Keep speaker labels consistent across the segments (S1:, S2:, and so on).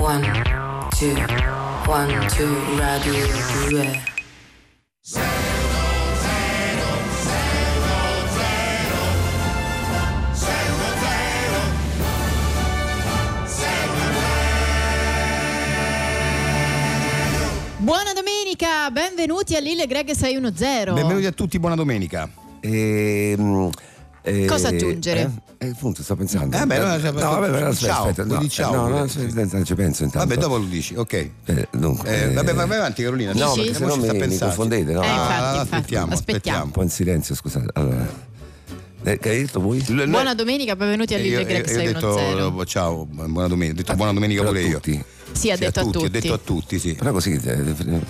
S1: One, two, one, two, radio 2.
S2: Buona domenica, benvenuti a Lille Greg 610.
S3: Benvenuti a tutti, buona domenica.
S4: Ehm, eh,
S2: Cosa aggiungere?
S4: Eh, eh, appunto, sto pensando.
S3: Eh, beh, allora,
S4: no, vabbè, però aspetta,
S3: ciao,
S4: aspetta,
S3: vuoi
S4: no,
S3: dire ciao?
S4: no, no, aspetta, aspetta, ci penso intanto.
S3: Vabbè, dopo lo dici, ok.
S4: Eh, dunque,
S3: Eh,
S4: eh,
S3: vabbè, vai vai avanti Carolina,
S4: No,
S2: Sì,
S4: perché
S2: sì.
S4: se no
S3: ci
S4: mi,
S3: sta
S4: mi
S3: pensando.
S4: confondete, no?
S2: Eh,
S4: Ah,
S2: infatti, infatti.
S3: aspettiamo,
S4: un
S3: aspettiamo.
S4: po' in silenzio, scusate. Allora, eh, che hai detto voi?
S3: L- l-
S2: Buona domenica, benvenuti a
S3: eh, io,
S2: Lille
S3: io-
S2: Greg
S3: io ho
S2: 610.
S3: detto oh, ciao, buona domenica, ho detto buona domenica
S4: Però
S3: pure io.
S4: tutti.
S2: Sì, ha
S3: Sì,
S2: detto a tutti.
S3: Ho detto a tutti, sì.
S4: Però così. eh,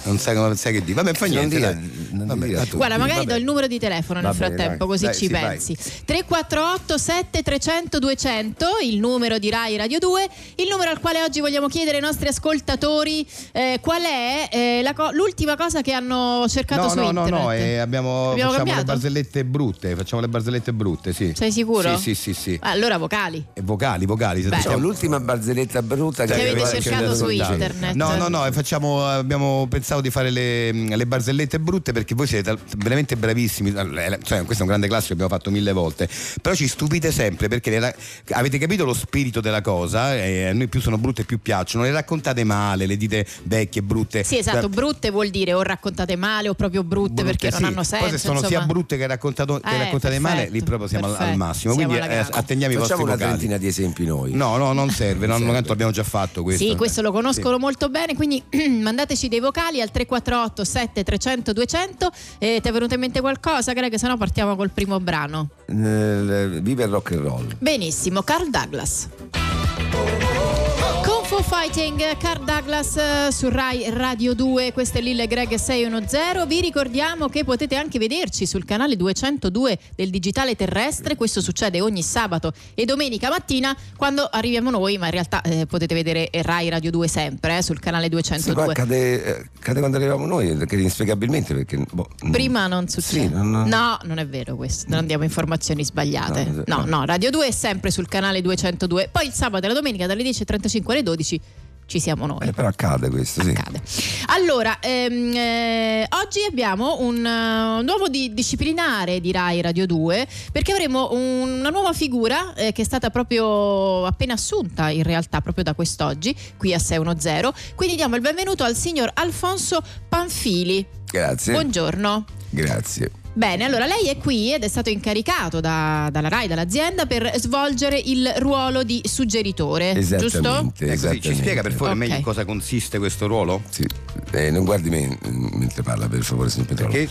S3: Non sai, come- sai che di. Vabbè, fa
S4: Non
S3: niente.
S4: dire-
S3: dai.
S4: non
S3: Vabbè,
S4: dire a
S3: a
S4: tutti.
S2: Guarda, magari
S3: vabbè.
S2: do il numero di telefono nel
S4: Va bene,
S2: frattempo,
S4: vai.
S2: così
S3: Dai,
S2: ci
S3: sì, vai.
S2: pensi. 348 7300 200, il numero di Rai Radio 2, il numero al quale oggi vogliamo chiedere ai nostri ascoltatori eh, qual è eh, la co- l'ultima cosa che hanno cercato
S3: No,
S2: su
S3: no,
S2: internet.
S3: no, no, eh, abbiamo,
S2: Abbiamo
S3: facciamo
S2: cambiato?
S3: le barzellette brutte, facciamo le barzellette brutte, sì.
S2: Sei sicuro?
S3: Sì, sì, sì, sì.
S2: Ah, Allora vocali.
S3: E vocali, vocali, se
S2: Beh.
S4: Ciao,
S3: facciamo-
S4: l'ultima barzelletta brutta che,
S2: Che avete
S4: che-
S2: cercato su
S4: che-
S2: internet.
S3: No, no, no, e facciamo, abbiamo pensato di fare le, mm, le barzellette brutte perché voi siete tal- veramente bravissimi. Cioè, questo è un grande classico che abbiamo fatto mille volte. Però ci stupite sempre perché le ra- avete capito lo spirito della cosa. E a noi più sono brutte più piacciono. Le raccontate male, le dite vecchie, brutte.
S2: Sì, esatto,
S3: Bra-
S2: brutte vuol dire o raccontate male o proprio brutte, perché
S3: sì.
S2: non hanno senso.
S3: Poi se sono sia
S2: insomma.
S3: brutte che, raccontato, che
S2: Eh,
S3: raccontate male,
S2: perfetto,
S3: lì proprio siamo al- al
S2: perfetto.
S3: massimo.
S2: Siamo
S3: Quindi
S2: alla
S3: eh,
S2: grana.
S3: attendiamo i vostri
S4: Facciamo una
S3: vocali.
S4: trentina di esempi noi.
S3: No, no, non serve, no,
S4: Non
S3: no,
S4: serve.
S3: tanto abbiamo già fatto questo.
S2: Sì, questo lo conoscono
S3: Sì.
S2: molto bene, quindi mandateci dei vocali al 348 7300 200. Eh, ti è venuto in mente qualcosa, Greg? Se no partiamo col primo brano.
S4: Nel- eh, Vive il rock and roll.
S2: Benissimo, Carl Douglas. Kung Fu Fighting, Carl Douglas eh, su Rai Radio 2, questo è Lille Greg 610. Vi ricordiamo che potete anche vederci sul canale 202 del Digitale Terrestre, questo succede ogni sabato e domenica mattina quando arriviamo noi, ma in realtà eh, potete vedere Rai Radio 2 sempre eh, sul canale
S4: Sì, qua
S2: 202.
S4: cade, eh, cade quando arriviamo noi, che inspiegabilmente perché. boh, mm.
S2: Prima non succede.
S4: Sì, non-
S2: No, non è vero questo. Non diamo informazioni sbagliate.
S4: No,
S2: No,
S4: no.
S2: no, Radio 2 è sempre sul canale 202. Poi il sabato e la domenica dalle 10.35 alle 12 ci siamo noi.
S4: Eh, però accade questo, sì.
S2: Accade. Allora, ehm, eh, oggi abbiamo un, eh, un nuovo di- disciplinare di Rai Radio 2 perché avremo un- una nuova figura eh, che è stata proprio appena assunta in realtà proprio da quest'oggi qui a 610. Quindi diamo il benvenuto al signor Alfonso Panfili.
S4: Grazie.
S2: Buongiorno.
S4: Grazie.
S2: Bene, allora lei è qui ed è stato incaricato da- dalla RAI, dall'azienda, per svolgere il ruolo di suggeritore, giusto?
S4: Esattamente.
S3: Eh, così, ci
S4: esattamente.
S3: spiega per favore
S2: Ok.
S3: meglio in cosa consiste questo ruolo?
S4: Sì. Eh, non guardi me mm, mentre parla, per favore, signor Petrolo.
S3: Perché?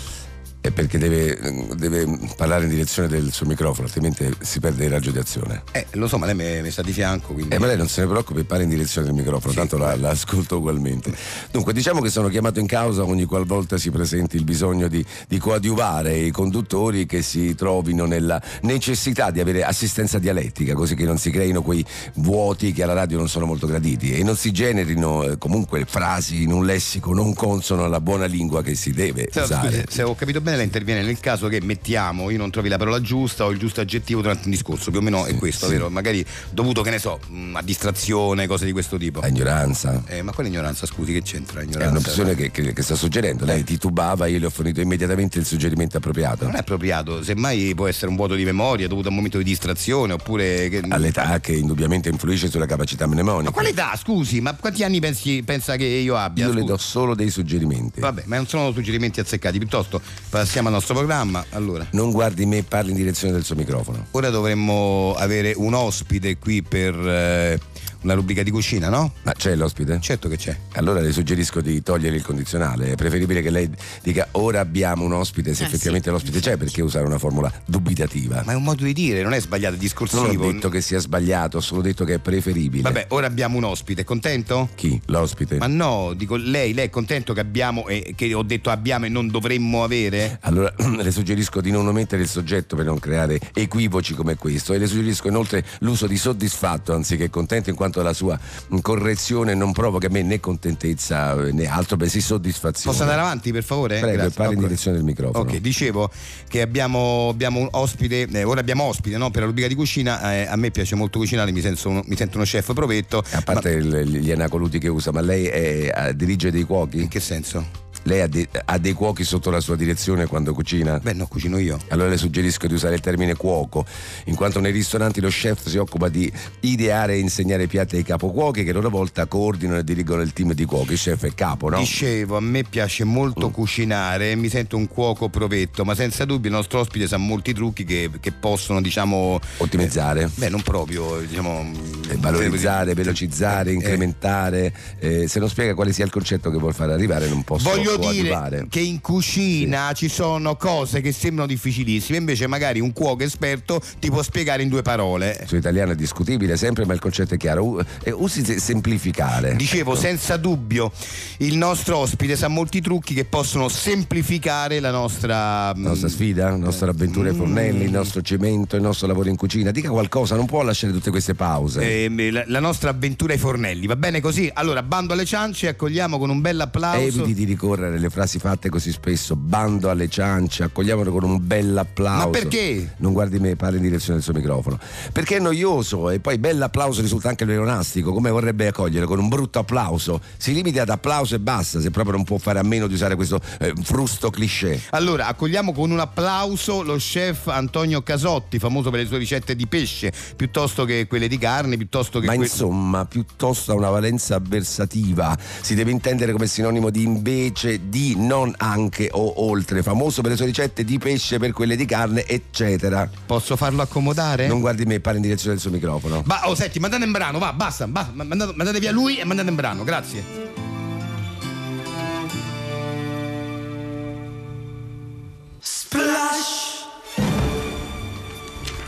S4: È perché deve, deve parlare in direzione del suo microfono, altrimenti si perde il raggio di azione.
S3: Eh, lo so, ma lei mi, mi sta di fianco, quindi.
S4: Eh, ma lei non se ne preoccupi, parla in direzione del microfono, tanto la, la ascolto ugualmente. Dunque, diciamo che sono chiamato in causa ogni qualvolta si presenti il bisogno di, di coadiuvare i conduttori che si trovino nella necessità di avere assistenza dialettica, così che non si creino quei vuoti che alla radio non sono molto graditi e non si generino eh, comunque frasi in un lessico non consono alla buona lingua che si deve
S3: Se,
S4: usare.
S3: Eh, scusi, se ho capito bene, lei interviene nel caso che mettiamo, io non trovi la parola giusta o il giusto aggettivo durante un discorso, più o meno è questo,
S4: sì.
S3: vero? Magari dovuto, che ne so, mh, a distrazione, cose di questo tipo.
S4: La ignoranza.
S3: Eh, ma quella ignoranza, scusi, che c'entra?
S4: È
S3: Ignoranza? cioè,
S4: un'opzione Eh, che, che- che sta suggerendo, lei titubava, io le ho fornito immediatamente il suggerimento appropriato.
S3: Eh. Non è appropriato, semmai può essere un vuoto di memoria dovuto a un momento di distrazione oppure. Che...
S4: all'età che indubbiamente influisce sulla capacità mnemonica.
S3: Ma quale età, scusi, ma quanti anni pensi, pensa che io abbia?
S4: Io le
S3: Scusi.
S4: do solo dei suggerimenti.
S3: Vabbè, ma non sono suggerimenti azzeccati, piuttosto passiamo al nostro programma. Allora.
S4: Non guardi me, parli in direzione del suo microfono.
S3: Ora dovremmo avere un ospite qui per eh, una rubrica di cucina, no?
S4: Ma c'è l'ospite?
S3: Certo che c'è.
S4: Allora le suggerisco di togliere il condizionale. È preferibile che lei dica ora abbiamo un ospite, se
S2: Eh,
S4: effettivamente
S2: sì.
S4: l'ospite c'è, perché usare una formula dubitativa.
S3: Ma è un modo di dire, non è sbagliato, è discorsivo.
S4: non ho detto che sia sbagliato, ho solo detto che è preferibile.
S3: Vabbè, ora abbiamo un ospite, contento?
S4: Chi? L'ospite?
S3: Ma no, dico lei, lei è contento che abbiamo, eh, che ho detto abbiamo e non dovremmo avere?
S4: Allora le suggerisco di non omettere il soggetto per non creare equivoci come questo e le suggerisco inoltre l'uso di soddisfatto anziché contento in quanto quanto la sua mh, correzione non provoca a me né contentezza eh, né altro, bensì soddisfazione.
S3: Posso andare avanti, per favore?
S4: Prego,
S3: Grazie.
S4: parli
S3: No,
S4: in direzione del microfono.
S3: Ok, dicevo che abbiamo, abbiamo un ospite, eh, ora abbiamo ospite no? per la rubrica di cucina, eh, a me piace molto cucinare, mi, senso uno- mi sento uno chef provetto.
S4: A parte il- gli anacoluti che usa, ma lei è- ha- dirige dei
S3: ma-
S4: cuochi?
S3: in che senso?
S4: Lei ha, de- ha dei cuochi sotto la sua direzione quando cucina?
S3: Beh no, cucino io.
S4: Allora le suggerisco di usare il termine cuoco, in quanto nei ristoranti lo chef si occupa di ideare e insegnare piatti ai capocuochi che a loro volta coordinano e dirigono il team di cuochi. Il chef è capo, no? Mm.
S3: Dicevo, a me piace molto cucinare, mi sento un cuoco provetto, ma senza dubbio il nostro ospite sa molti trucchi che, che possono, diciamo,
S4: Ottimizzare.
S3: beh, non proprio, diciamo,
S4: eh, Valorizzare,
S3: eh,
S4: velocizzare,
S3: eh,
S4: incrementare. Eh, se non spiega quale sia il concetto che vuol far arrivare, non posso
S3: Voglio
S4: coadiuvare.
S3: dire che in cucina ci sono cose che sembrano difficilissime, invece magari un cuoco esperto ti può spiegare in due parole.
S4: Su italiano è discutibile sempre, ma il concetto è chiaro. U- eh, usi se- semplificare.
S3: Dicevo, senza dubbio, il nostro ospite sa molti trucchi che possono semplificare la nostra...
S4: La nostra sfida, la nostra
S3: Mm.
S4: avventura ai fornelli, il nostro cemento, il nostro lavoro in cucina. Dica qualcosa, non può lasciare tutte queste pause.
S3: ehm, la, la nostra avventura ai fornelli, va bene così? Allora, bando alle ciance, accogliamo con un bel applauso.
S4: Eviti Ehm, di ricorrere alle frasi fatte così spesso, bando alle ciance, accogliamolo con un bel applauso.
S3: Ma perché?
S4: Non guardi me, parli in direzione del suo microfono. Perché è noioso e poi bell'applauso risulta anche leonastico, come vorrebbe accogliere con un brutto applauso. Si limiti ad applauso e basta, se proprio non può fare a meno di usare questo eh, frusto cliché.
S3: Allora, accogliamo con un applauso lo chef Antonio Casotti, famoso per le sue ricette di pesce, piuttosto che quelle di carne, piuttosto che
S4: Ma
S3: quelle...
S4: insomma, piuttosto ha una valenza avversativa, si deve intendere come sinonimo di invece, di non anche o oltre, famoso per le sue ricette di pesce, per quelle di carne, eccetera.
S3: Posso farlo accomodare?
S4: Non guardi me, parla in direzione del suo microfono.
S3: Ba- oh, senti, mandate in brano, va, basta, ba- ma- mandate, mandate via lui e mandate in brano, grazie.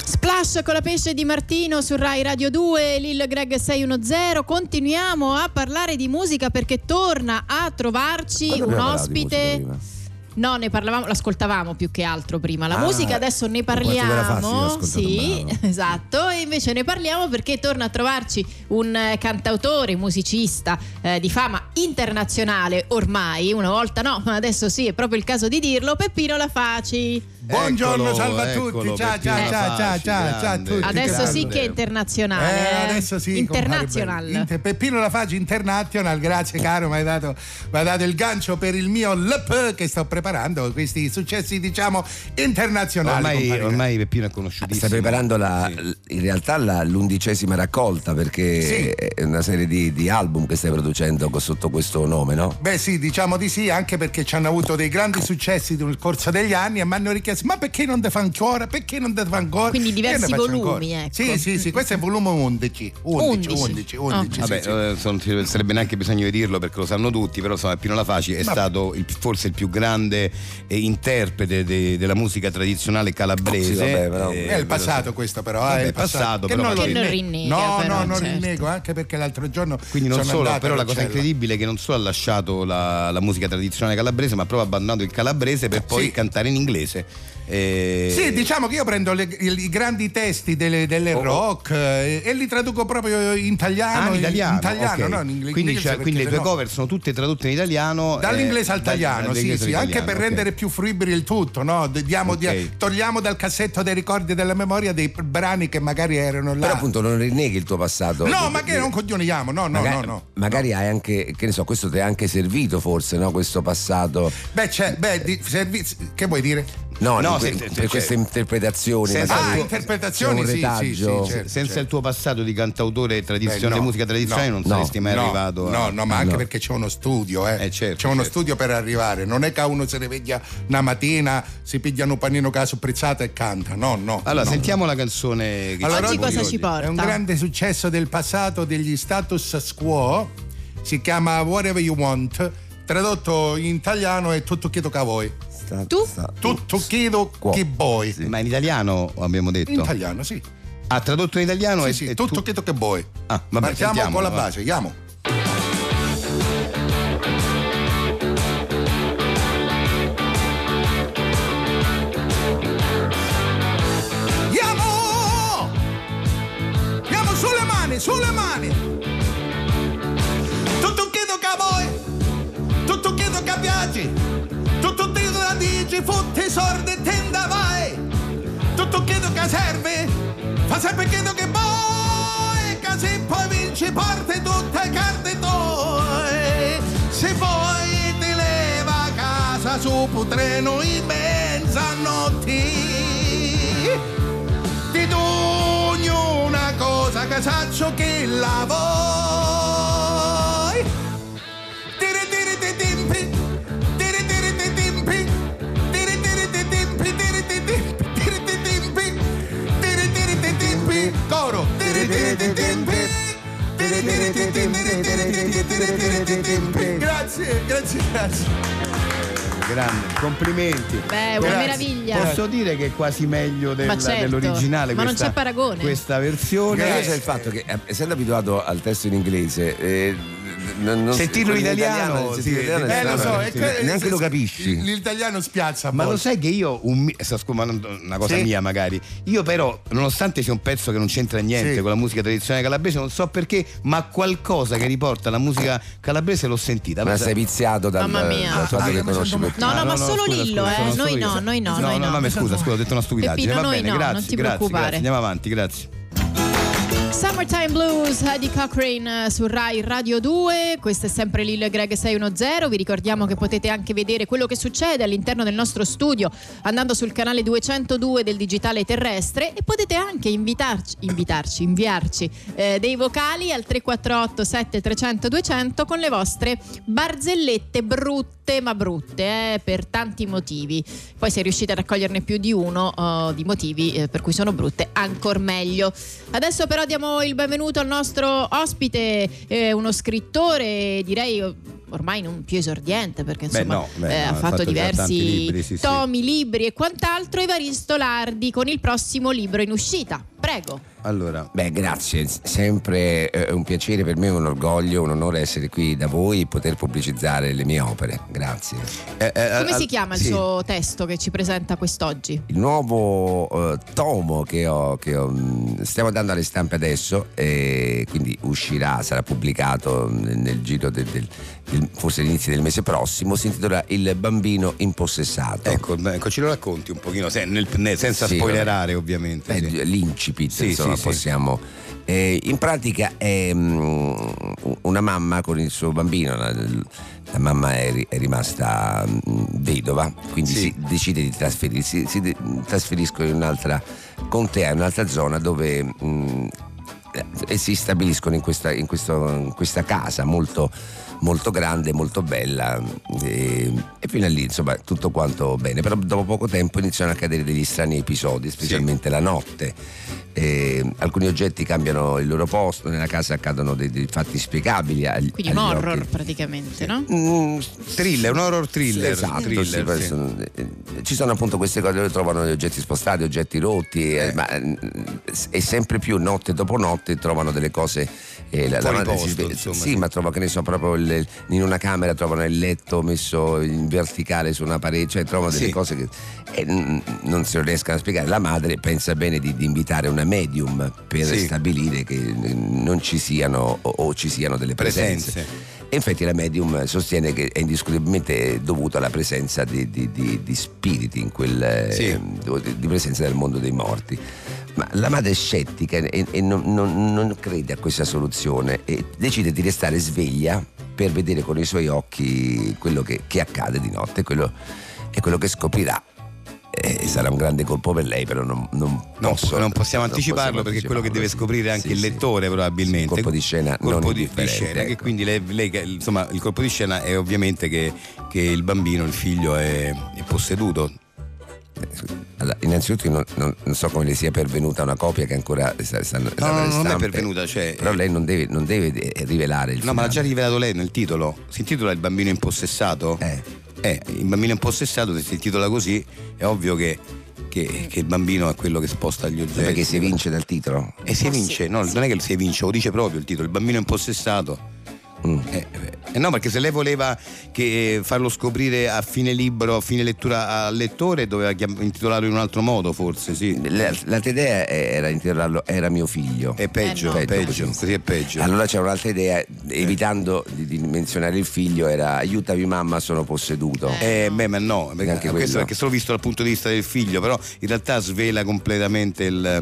S2: Splash con la pesce di Martino su Rai Radio 2, Lil Greg 610. Continuiamo a parlare di musica perché torna a trovarci
S4: Quando
S2: un
S4: abbiamo parlato di musica
S2: ospite.
S4: prima?
S2: No, ne parlavamo, l'ascoltavamo più che altro prima. La
S4: Ah,
S2: musica adesso ne
S4: quanto era facile
S2: parliamo.
S4: ascoltare
S2: Sì,
S4: un brano.
S2: esatto. E invece ne parliamo perché torna a trovarci un eh, cantautore, musicista eh, di fama internazionale ormai. Una volta no, ma adesso sì, è proprio il caso di dirlo. Peppino La Faci.
S5: Buongiorno,
S3: Eccolo,
S5: salve a
S3: eccolo,
S5: Ecco, tutti. Ciao,
S3: Peppino
S5: ciao, ciao, ciao, ciao,
S3: Faci,
S5: ciao a
S3: ecco, grande.
S5: tutti.
S2: Adesso
S5: Ecco, grande.
S2: sì che è internazionale.
S5: Eh,
S2: eh.
S5: adesso sì,
S2: Internazional.
S5: compare bene. Inter- Peppino La Faci International, grazie caro, mi hai, dato, mi hai dato il gancio per il mio LP che sto preparando, questi successi diciamo internazionali.
S3: Ormai,
S5: compare.
S3: ormai Peppino è conosciutissimo.
S4: Sta Ah, preparando la-
S3: Sì.
S4: l- in realtà la- l'undicesima raccolta perché
S5: Sì.
S4: è una serie di, di album che stai producendo co- sotto questo nome, no?
S5: Beh sì, diciamo di sì, anche perché ci hanno avuto dei grandi successi nel corso degli anni e mi hanno richiesto ma perché non te fa ancora? Perché non te fa ancora?
S2: Quindi
S5: Io ne
S2: diversi
S5: faccio
S2: volumi,
S5: ancora.
S2: ecco.
S5: Sì, sì, sì, questo è il volume 11. 11, 11, 11.
S2: Ah.
S5: sì,
S3: Vabbè,
S5: sì.
S3: eh, so- non ci sarebbe neanche bisogno di dirlo perché lo sanno tutti, però insomma Pino La Faci è
S5: Vabbè.
S3: stato il- forse il più grande eh, interprete de- della musica tradizionale
S4: Sì,
S3: calabrese.
S4: vabbè, però-
S3: Eh,
S5: È il passato questo però,
S3: Vabbè,
S5: eh,
S3: è
S5: il
S3: passato,
S5: passato,
S3: però
S5: lo
S3: magari-
S2: Che non rinnega,
S5: No,
S2: però,
S5: no, non
S2: certo.
S5: rinnego, anche perché l'altro giorno
S3: Quindi non
S5: sono
S3: solo,
S5: andato
S3: però la
S5: alla
S3: cosa
S5: cella.
S3: incredibile è che non solo ha lasciato la, la musica tradizionale calabrese, ma ha proprio abbandonato il calabrese per poi
S5: Eh, Sì.
S3: cantare in inglese. Eh,
S5: Sì, diciamo che io prendo le- i, i grandi testi delle, delle
S3: Oh.
S5: rock eh, e li traduco proprio in italiano.
S3: Ah, in italiano,
S5: in italiano,
S3: ok.
S5: no, in inglese.
S3: quindi, cioè,
S5: perché
S3: quindi le tue
S5: sennò-
S3: cover sono tutte tradotte in italiano eh,
S5: Dall'inglese al
S3: dal-
S5: italiano, sì,
S3: dall'inglese
S5: sì, anche
S3: all'italiano,
S5: per
S3: ok.
S5: rendere più fruibile il tutto, no? De- diamo- dia-
S3: Ok.
S5: togliamo dal cassetto dei ricordi della memoria dei pr- brani che magari erano là.
S4: Però appunto non rinneghi il tuo passato.
S5: no,
S4: De-
S5: ma che
S4: de-
S5: non coglioniamo, no, no, no,
S4: magari,
S5: no.
S4: magari hai anche, che ne so, questo ti è anche servito forse, no? Questo passato.
S5: Beh, c'è, beh, di- servizi- che vuoi dire?
S4: No,
S3: No,
S4: in que-
S3: se- se-
S4: per
S3: se-
S4: queste
S3: cioè-
S4: interpretazioni.
S3: Senza-
S4: magari
S3: Ah,
S4: c'è
S5: interpretazioni,
S4: un
S5: sì, sì, sì,
S4: retaggio.
S5: certo.
S3: senza il tuo passato di cantautore tradizionale,
S5: Beh, no,
S3: musica tradizionale, non
S4: no,
S3: saresti mai
S5: no,
S3: arrivato. a- Ah,
S5: No, no, ma anche
S4: No.
S5: perché c'è uno studio, eh.
S3: Eh, certo,
S5: c'è uno
S3: certo.
S5: studio per arrivare. Non è che uno se ne veglia una mattina, si pigliano un panino caso prezzata e canta. No, no.
S3: Allora,
S5: no.
S3: sentiamo la canzone che
S5: Allora,
S3: ci
S2: Oggi
S5: oggi-
S2: cosa ci porta?
S5: È un grande successo del passato degli status quo. Si chiama Whatever You Want. Tradotto in italiano è tutto chiedo che voi.
S4: Sta-
S2: Tu?
S4: sta-
S5: Tutto chiedo che voi.
S3: Ma in italiano abbiamo detto.
S5: In italiano, sì.
S3: Ha tradotto in italiano
S5: Sì,
S3: e,
S5: sì,
S3: e
S5: tutto
S3: tu-
S5: chiedo che voi.
S3: Ah, vabbè,
S5: Partiamo
S3: sentiamolo,
S5: con la
S3: va.
S5: base, andiamo. Andiamo! Andiamo sulle mani! mani, sulle mani. Tutto chiedo che a voi, tutto chiedo che piaci, tutto ti radici, fotti sordi, tenda vai. Tutto chiedo che serve, fa sempre chiedo che vuoi, così poi vinci, porti tutte carte tue. Se vuoi ti leva a casa su putreno in mezzanotte di una cosa che saccio che la vuoi tiri tiri ti timpi tiri tiri ti timpi tiri tiri ti timpi tiri ti timpi tiri ti timpi tiri tiri ti timpi coro tiri tiri ti timpi tiri tiri ti timpi tiri tiri ti timpi tiri ti timpi grazie grazie grazie
S3: Grande, complimenti.
S2: Beh, una meraviglia.
S3: Posso dire che è quasi meglio del-
S2: Ma certo,
S3: dell'originale.
S2: ma non
S3: questa-
S2: c'è paragone.
S3: Questa versione.
S4: La cosa è il fatto che, eh, essendo abituato al testo in inglese, eh, n- n- non-
S3: Sentirlo in
S4: quello
S3: italiano,
S4: sentirlo
S3: sì,
S4: in italiano
S5: eh
S4: è
S5: lo so
S4: strano,
S5: è
S4: sì,
S5: que-
S4: neanche lo capisci.
S5: l'italiano spiazza a
S3: Ma
S5: volte.
S3: lo sai che io, un mi- sa- scu- ma non- una cosa
S5: Sì.
S3: mia magari, io però, nonostante sia un pezzo che non c'entra niente
S5: Sì.
S3: con la musica tradizionale calabrese, non so perché, ma qualcosa che riporta la musica calabrese l'ho sentita.
S4: Ma
S3: Pensa-
S4: sei viziato dal,
S2: Mamma mia.
S4: dal fatto
S5: Ah,
S4: che
S5: ah,
S4: conosci
S5: ma sono-
S4: per
S2: No, no,
S3: Ah,
S2: ma solo
S3: scusa,
S2: Lillo,
S3: scusa,
S2: eh.
S3: sono
S2: Noi
S3: solo io,
S2: no,
S3: sì.
S2: noi no,
S3: No,
S2: noi
S3: no,
S2: no.
S3: ma scusa, scusa, ho detto una stupidaggine.
S2: Peppino,
S3: Va
S2: noi
S3: bene,
S2: no,
S3: grazie,
S2: non ti
S3: grazie,
S2: preoccupare.
S3: grazie. Andiamo avanti, grazie.
S2: Summertime Blues, Eddie Cochrane eh, su Rai Radio 2, questo è sempre Lillo e Greg 610, vi ricordiamo che potete anche vedere quello che succede all'interno del nostro studio andando sul canale 202 del digitale terrestre e potete anche invitarci, invitarci inviarci eh, dei vocali al 348 7300 200 con le vostre barzellette brutte ma brutte eh, per tanti motivi, poi se riuscite a raccoglierne più di uno eh, di motivi eh, per cui sono brutte ancor meglio. Adesso però diamo il benvenuto al nostro ospite, eh, uno scrittore, direi eh, ormai non più esordiente perché
S3: Beh,
S2: insomma
S3: no, beh,
S2: eh,
S3: no,
S2: ha
S3: ha
S2: fatto,
S3: fatto già
S2: diversi
S3: tanti libri, sì, sì.
S2: tomi, libri e quant'altro, Evaristo Lardi con il prossimo libro in uscita. Prego.
S3: Allora,
S4: Beh, grazie, S- sempre eh, un piacere per me, un orgoglio, un onore essere qui da voi e poter pubblicizzare le mie opere. Grazie.
S2: Come si chiama il
S4: sì.
S2: suo testo che ci presenta quest'oggi?
S4: Il nuovo eh, tomo che ho, che ho, mh, stiamo dando alle stampe adesso e quindi uscirà, sarà pubblicato mh, nel giro del, del- del- forse all'inizio del mese prossimo, si intitola Il bambino impossessato.
S3: ecco, beh, ecco, ce lo racconti un pochino, se- nel- ne- senza
S4: Sì,
S3: spoilerare ovviamente.
S4: Beh,
S3: sì.
S4: l'incipit,
S3: Sì,
S4: insomma,
S3: sì, sì.
S4: possiamo. eh, in pratica è mm, una mamma con il suo bambino. La, la mamma è, ri- è rimasta mm, vedova, quindi
S3: Sì.
S4: si decide di trasferirsi. Si de- trasferiscono in un'altra contea, in un'altra zona dove. mm, eh, e si stabiliscono in questa, in questo- in questa casa molto, molto grande, molto bella e, e fino a lì insomma tutto quanto bene, però dopo poco tempo iniziano a accadere degli strani episodi, specialmente la notte. E alcuni oggetti cambiano il loro posto, nella casa accadono dei, dei fatti spiegabili. Agli,
S2: Quindi un
S4: agli
S2: horror
S4: occhi.
S2: praticamente, no?
S4: Mm,
S3: Thriller, un horror thriller.
S4: Esatto,
S3: thriller,
S4: sì, poi
S3: sì.
S4: sono- eh, ci sono appunto queste cose dove trovano gli oggetti spostati, oggetti rotti, eh, ma, eh, e sempre più notte dopo notte trovano delle cose. eh,
S3: Fuori
S4: madre
S3: posto,
S4: sveglia-
S3: insomma,
S4: sì,
S3: sì.
S4: ma trova che ne so, proprio il- in una camera trovano il letto messo in verticale su una parete, cioè trovano delle
S3: Sì.
S4: cose che eh, n- non si riescono a spiegare. La madre pensa bene di, di invitare una medium per
S3: Sì.
S4: stabilire che eh, non ci siano o, o ci siano delle presenze.
S3: Presenze.
S4: E infatti la medium sostiene che è indiscutibilmente dovuto alla presenza di, di- di- di spiriti in quel eh,
S3: Sì.
S4: o di, di presenza del mondo dei morti. Ma la madre è scettica e, e non, non- non crede a questa soluzione e decide di restare sveglia per vedere con i suoi occhi quello che, che accade di notte quello- e quello che scoprirà. E sarà un grande colpo per lei, però non, non
S3: No,
S4: posso-
S3: non possiamo
S4: non
S3: anticiparlo perché è quello che deve
S4: anticiparlo, sì.
S3: scoprire anche
S4: Sì,
S3: il
S4: sì.
S3: lettore probabilmente.
S4: Colpo di scena non
S3: Colpo di- di,
S4: indifferente,
S3: scena. Che
S4: ecco.
S3: quindi lei, lei che- insomma, il colpo di scena è ovviamente che, che il bambino, il figlio è, è posseduto.
S4: eh, Allora, innanzitutto io non, non- non so come le sia pervenuta una copia che ancora sta, stanno
S3: No,
S4: stanno
S3: no,
S4: alle
S3: non è
S4: stampe.
S3: pervenuta, cioè-
S4: Però lei non deve, non deve de- rivelare il
S3: No, ma l'ha già
S4: finale.
S3: rivelato lei nel titolo. Si intitola Il bambino impossessato?
S4: Eh.
S3: Eh, il bambino impossessato, se si intitola così, è ovvio che, che- che il bambino è quello che sposta gli oggetti. Eh,
S4: Perché si vince dal titolo?
S3: E si vince, no, non è che si vince, lo dice proprio il titolo, il bambino impossessato.
S4: Mm.
S3: Eh, Eh no, perché se lei voleva che, eh, farlo scoprire a fine libro, a fine lettura al lettore, doveva chiam- intitolarlo in un altro modo, forse, sì.
S4: La, l'altra idea era intitolarlo Era mio figlio.
S3: È peggio,
S2: Eh no.
S3: è peggio, così è peggio. Eh.
S4: Allora c'era un'altra idea, evitando di, di menzionare il figlio, era aiutami mamma, sono posseduto.
S3: Eh, beh, ma no, perché
S4: Neanche
S3: questo
S4: quello.
S3: perché solo visto dal punto di vista del figlio, però in realtà svela completamente il. Ma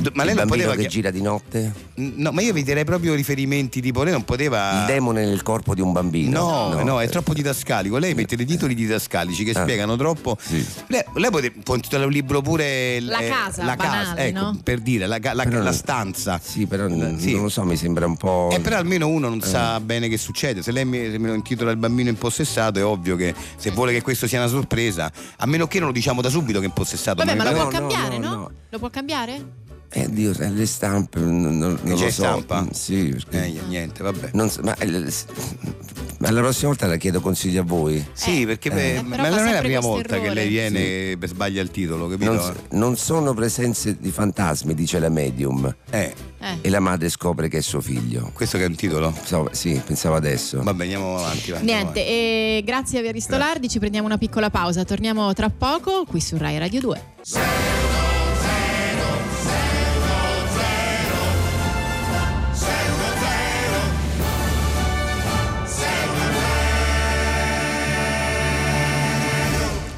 S4: il
S3: non
S4: bambino
S3: poteva.
S4: che
S3: chi-
S4: gira di notte?
S3: No, ma io eviterei proprio riferimenti tipo lei non poteva.
S4: Il demone nel corpo di un bambino.
S3: No, no, è troppo didascalico. Lei mette dei titoli didascalici che
S4: Ah.
S3: spiegano troppo.
S4: Sì.
S3: Lei, lei pote- può intitolare un libro pure il-
S2: La
S3: eh,
S2: casa,
S3: la casa,
S2: banale,
S3: ecco,
S2: no?
S3: per dire, la, ca- la-
S4: Però-
S3: la stanza. Mm,
S4: Sì, però n-
S3: Sì.
S4: non lo so, mi sembra un po'.
S3: Eh, però almeno uno non sa bene che succede. Se lei mi- se me lo intitola il bambino impossessato, è ovvio che se vuole che questo sia una sorpresa, a meno che non lo diciamo da subito che è impossessato.
S2: Vabbè, ma lo
S4: no,
S2: può
S4: no,
S2: cambiare,
S4: no,
S2: no?
S4: no.
S2: Lo può cambiare?
S4: Eh, Dio, eh, le stampe, n- n- non,
S3: c'è
S4: lo so.
S3: stampa?
S4: Mm, Sì, perché-
S3: Eh, niente, vabbè.
S4: non so, ma, eh, s- ma la prossima volta la chiedo consigli a voi.
S3: Sì, perché beh,
S2: eh,
S3: ma
S2: però fa
S3: non è la
S2: sempre
S3: prima
S2: questo
S3: volta che
S2: errore.
S3: lei viene e sbaglia il titolo, capito?
S4: Non, s- non sono presenze di fantasmi, dice la medium.
S3: Eh,
S2: Eh.
S4: E la madre scopre che è suo figlio.
S3: questo che è un titolo.
S4: Pensavo- sì, pensavo adesso.
S3: Vabbè, andiamo avanti. va,
S4: eh,
S3: andiamo
S2: Niente, e grazie a Ristolardi, ci prendiamo una piccola pausa, torniamo tra poco qui su Rai Radio 2.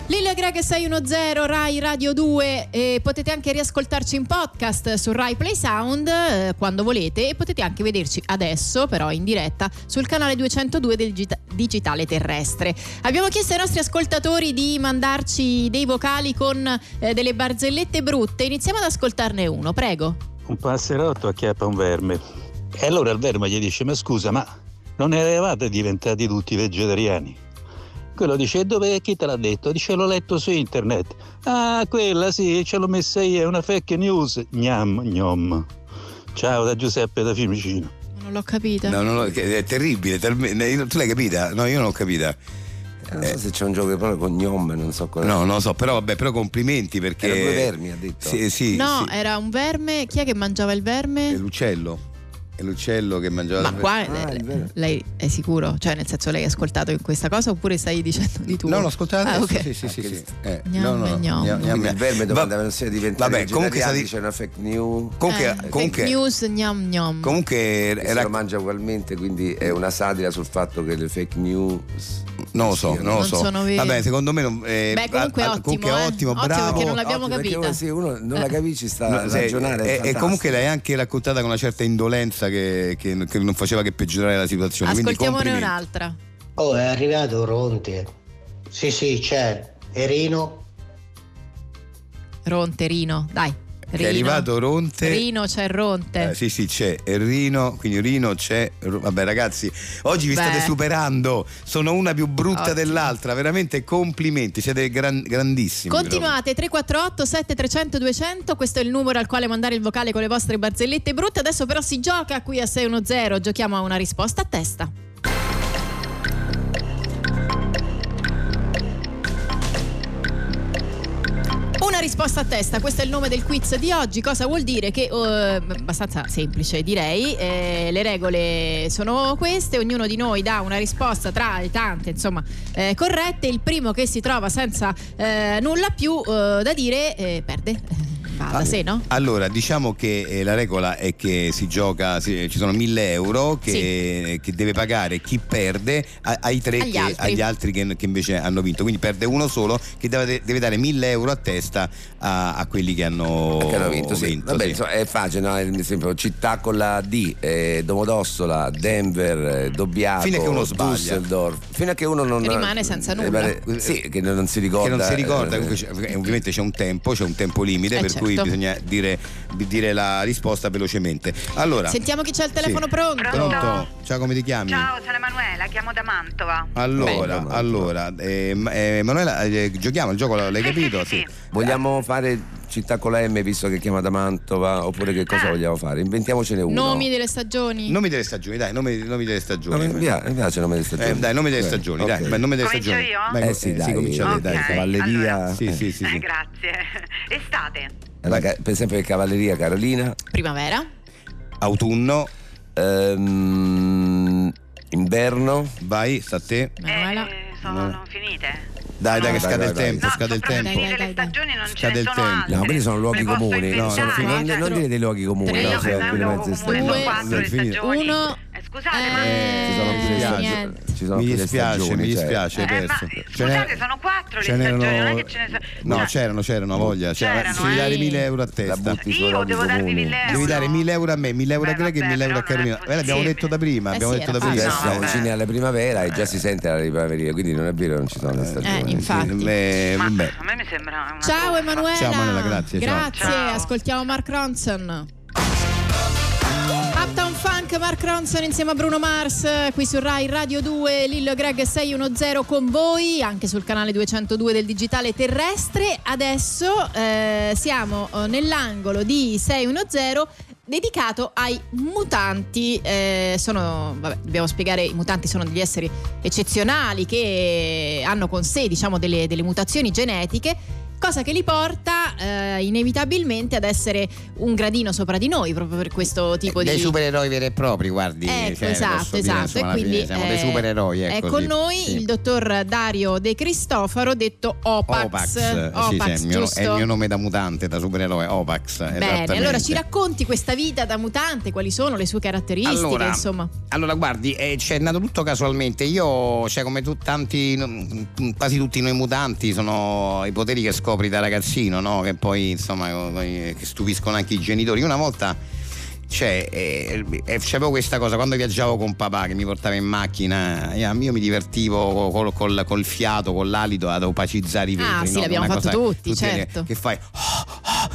S2: Lille Greg 610 Rai Radio 2 e potete anche riascoltarci in podcast su Rai Play Sound eh, quando volete e potete anche vederci adesso però in diretta sul canale 202 del gita- digitale terrestre. Abbiamo chiesto ai nostri ascoltatori di mandarci dei vocali con eh, delle barzellette brutte, iniziamo ad ascoltarne uno, prego.
S6: Un passerotto acchiappa un verme. E allora il verme gli dice: Ma scusa, ma non eravate diventati tutti vegetariani? Quello dice: "E Dove chi te l'ha detto? Dice: L'ho letto su internet. Ah, quella sì, ce l'ho messa io, è una fake news. Gnam, gnom. Ciao da Giuseppe da Fiumicino.
S2: Non l'ho capita.
S3: No, non l'ho- che- è terribile, talmente- io- tu l'hai capita? No, io non l'ho capita.
S4: Eh, Non so se c'è un gioco di parole con gnomme, non so cosa.
S3: No, non lo so, però vabbè, però complimenti perché.
S4: Erano due vermi, ha detto.
S3: Sì, sì.
S2: No,
S3: sì.
S2: era un verme, chi è che mangiava il
S3: È
S2: verme?
S3: l'uccello. È l'uccello che mangiava.
S2: Ma
S3: la-
S2: qua
S4: Ah,
S2: eh,
S4: il verme.
S2: lei è sicuro? Cioè, nel senso, lei ha ascoltato in questa cosa oppure stai dicendo di tu?
S3: No, l'ho ascoltato
S2: Ah,
S3: adesso.
S2: ok.
S3: Sì, sì, sì. sì. Eh,
S2: Gnam, gnam.
S3: gnam, gnam.
S4: Quindi il verme
S3: Va-
S4: domanda non sia diventato
S3: Vabbè, comunque sta di-
S4: c'è una fake news.
S3: Comunque,
S2: Eh,
S3: comunque,
S2: fake news gnam gnam.
S3: comunque
S4: Mm. che se
S3: era-
S4: lo mangia ugualmente, quindi è una satira sul fatto che le fake news
S3: non lo so,
S4: Sì,
S3: non lo
S2: non
S3: so.
S2: sono vere.
S3: Vabbè, secondo me non, eh,
S2: Beh, comunque ottimo,
S3: comunque
S2: eh.
S3: ottimo,
S2: Ottimo
S3: bravo.
S2: perché non l'abbiamo
S4: Ottimo, perché
S2: capita. Eh.
S4: uno- sì, uno non la capisci, sta
S3: No,
S4: a
S3: sai,
S4: ragionare. è
S3: e- e,
S4: fantastico.
S3: comunque l'hai anche raccontata con una certa indolenza che, che- che non faceva che peggiorare la situazione. quindi
S2: Ascoltiamone
S3: complimenti.
S2: un'altra.
S7: Oh, è arrivato Ronte. Sì, sì, c'è. Erino?
S2: Ronte, Rino, dai.
S3: Che È
S2: Rino.
S3: arrivato Ronte.
S2: Rino c'è il Ronte.
S3: Eh, sì, sì, c'è e Rino, quindi Rino c'è. Ro- Vabbè, ragazzi, oggi vi
S2: Beh.
S3: state superando. Sono una più brutta
S2: Ottimo.
S3: dell'altra. Veramente complimenti, siete gran- grandissimi.
S2: Continuate 348 7300 200, questo è il numero al quale mandare il vocale con le vostre barzellette brutte. Adesso però si gioca qui a 610, giochiamo a una risposta a testa. Una risposta a testa, questo è il nome del quiz di oggi, cosa vuol dire? Che eh, abbastanza semplice direi, Eh, le regole sono queste, ognuno di noi dà una risposta tra le tante insomma eh, corrette, il primo che si trova senza eh, nulla più eh, da dire eh, perde, va da sé no?
S3: Allora, diciamo che eh, la regola è che si gioca, sì, ci sono 1000 euro che, che deve pagare chi perde a- ai tre
S2: Agli
S3: che-
S2: altri.
S3: agli altri che, che invece hanno vinto. Quindi perde uno solo che deve, deve dare 1000 euro a testa a, a quelli che hanno,
S4: Che hanno vinto, sì. Vabbè,
S3: sì.
S4: insomma, è facile, no? Ad esempio, città con la D, eh, Domodossola, Denver, eh, Dobbiaco,
S3: Fino a che uno sbaglia.
S4: Düsseldorf, fino a che uno non eh,
S2: Rimane
S3: eh,
S2: senza nulla.
S4: sì, che non, non si ricorda.
S3: che non si ricorda,
S4: eh,
S3: comunque c'è- eh, ovviamente c'è un tempo, c'è un tempo limite,
S2: Eh,
S3: per
S2: certo.
S3: cui bisogna dire, bi- dire la risposta velocemente. Allora,
S2: Sentiamo chi c'è al telefono
S3: Sì.
S2: pronto.
S8: Pronto?
S3: Ciao, come ti chiami?
S8: Ciao, sono Emanuela, chiamo da Mantova.
S3: Allora,
S4: Beh.
S3: allora, eh,
S9: ehm,
S3: ma- eh, Manuela, eh, giochiamo il gioco, l'hai
S8: Sì,
S3: capito?
S8: sì, sì, sì.
S4: Vogliamo fare città con la M visto che chiama da Mantova? Oppure che cosa
S8: Ah.
S4: vogliamo fare? Inventiamocene uno.
S2: Nomi delle stagioni.
S3: Nomi delle stagioni, dai, nomi, nomi delle
S4: No,
S3: stagioni.
S4: mi, piace, mi piace il nome delle stagioni.
S3: Eh, dai, nomi delle stagioni, dai,
S4: ok.
S3: beh, nome delle
S8: Comincio
S3: stagioni.
S8: io?
S3: Vai,
S4: Eh sì, dai.
S3: comincia lei, dai.
S8: Ok,
S4: Cavalleria.
S8: allora.
S3: Sì, sì, sì,
S8: Eh,
S3: sì.
S8: grazie. Estate,
S4: Allora, ca- per esempio, il Cavalleria Carolina.
S2: Primavera.
S3: Autunno,
S4: Ehm, Inverno?
S9: Vai, sta a te.
S2: Manuela.
S8: Eh, sono finite.
S9: Dai, dai,
S4: No,
S3: Ah,
S9: che
S4: dai,
S9: scade
S4: dai,
S9: il
S4: dai.
S9: tempo,
S8: No,
S9: scade il
S8: sono
S2: Dai,
S9: tempo.
S8: partite
S2: dai, dai.
S8: le stagioni, non
S9: Scade
S8: ce
S9: il
S8: ne Cioè, sono
S9: tempo.
S8: altre.
S4: No, quelli sono luoghi
S8: Me posso
S4: comuni, no, sono
S8: inventare,
S4: finiti-
S8: cioè,
S4: non dire dei luoghi comuni,
S8: Tre,
S4: no,
S8: no,
S4: cioè,
S8: è un
S4: quelle
S8: luogo comune,
S4: mezze stagioni.
S8: sono quattro le
S9: Sì, finite.
S8: stagioni.
S2: Uno.
S8: Eh, Scusate, ma...
S2: Eh,
S4: Ci sono più le
S2: niente.
S4: stagioni, ci sono
S9: Mi
S4: più le
S9: dispiace,
S4: stagioni,
S9: mi
S4: cioè.
S9: dispiace, hai
S8: Eh, ma,
S9: perso.
S8: eh,
S9: Ce n'è-
S8: scusate, sono quattro le
S9: ce n'erano-
S8: stagioni, non è che ce ne sono-
S9: No,
S8: Cioè-
S9: c'erano, c'erano, voglia. Cioè,
S8: C'erano,
S9: devi
S8: eh.
S9: dare 1000 euro a
S4: La
S9: testa.
S4: butti
S8: Io
S4: sui luoghi
S8: devo darvi
S4: comuni.
S8: mille euro.
S9: Devi dare
S8: no.
S9: 1000 euro a me, 1000 euro a
S8: Beh,
S9: Greg e
S8: vabbè,
S9: 1000 euro a
S8: però non è
S9: Carolina. Eh, l'abbiamo
S8: possibile.
S9: detto da prima,
S2: Eh
S9: abbiamo
S2: sì,
S9: detto
S2: era
S9: da
S2: facile.
S4: Adesso
S9: prima.
S8: No,
S4: siamo
S8: vabbè.
S4: vicini alla primavera e già si sente la primavera, quindi non è vero che non ci sono le stagioni.
S2: Eh, infatti.
S9: Eh,
S8: Ma
S9: vabbè.
S8: a me mi sembra una
S2: Ciao
S8: truffa.
S2: Emanuela.
S9: Ciao, Manuela, grazie, ciao.
S2: Grazie,
S8: Ciao.
S2: ascoltiamo Mark Ronson. Uptown Funk, Mark Ronson insieme a Bruno Mars eh, qui su Rai Radio 2, Lillo e Greg 610 con voi, anche sul canale 202 del digitale terrestre. Adesso eh, siamo eh, nell'angolo di 610 dedicato ai mutanti. Eh, sono, vabbè, dobbiamo spiegare, i mutanti sono degli esseri eccezionali che hanno con sé diciamo, delle, delle mutazioni genetiche. Cosa che li porta eh, inevitabilmente ad essere un gradino sopra di noi, proprio per questo tipo di.
S3: dei supereroi veri e propri, guardi.
S2: Ecco,
S3: cioè,
S2: esatto,
S3: posso dire,
S2: esatto.
S3: insomma,
S2: e
S3: alla fine
S2: quindi
S3: siamo dei
S2: eh,
S3: supereroi.
S2: è
S3: ecco,
S2: con
S3: sì.
S2: noi
S3: Sì.
S2: il dottor Dario De Cristofaro, detto OPAX.
S9: Opax, eh, sì, sì, è, il mio,
S2: giusto?
S9: è il mio nome da mutante, da supereroe, Opax.
S2: Bene, allora ci racconti questa vita da mutante, quali sono le sue caratteristiche,
S3: Allora,
S2: insomma.
S3: Allora, guardi, eh, c'è nato tutto casualmente. Io, cioè, come tu, tanti, mm, quasi tutti noi mutanti, sono i poteri che scopri da ragazzino, no? Che poi, insomma, eh, che stupiscono anche i genitori. Io Una volta. Cioè, eh, eh, c'avevo questa cosa quando viaggiavo con papà che mi portava in macchina, eh, io io mi divertivo col, col- col fiato, con l'alito ad opacizzare i vetri.
S2: Ah, sì,
S3: no?
S2: l'abbiamo
S3: Una
S2: fatto
S3: cosa-
S2: tutti, certo.
S3: Che fai?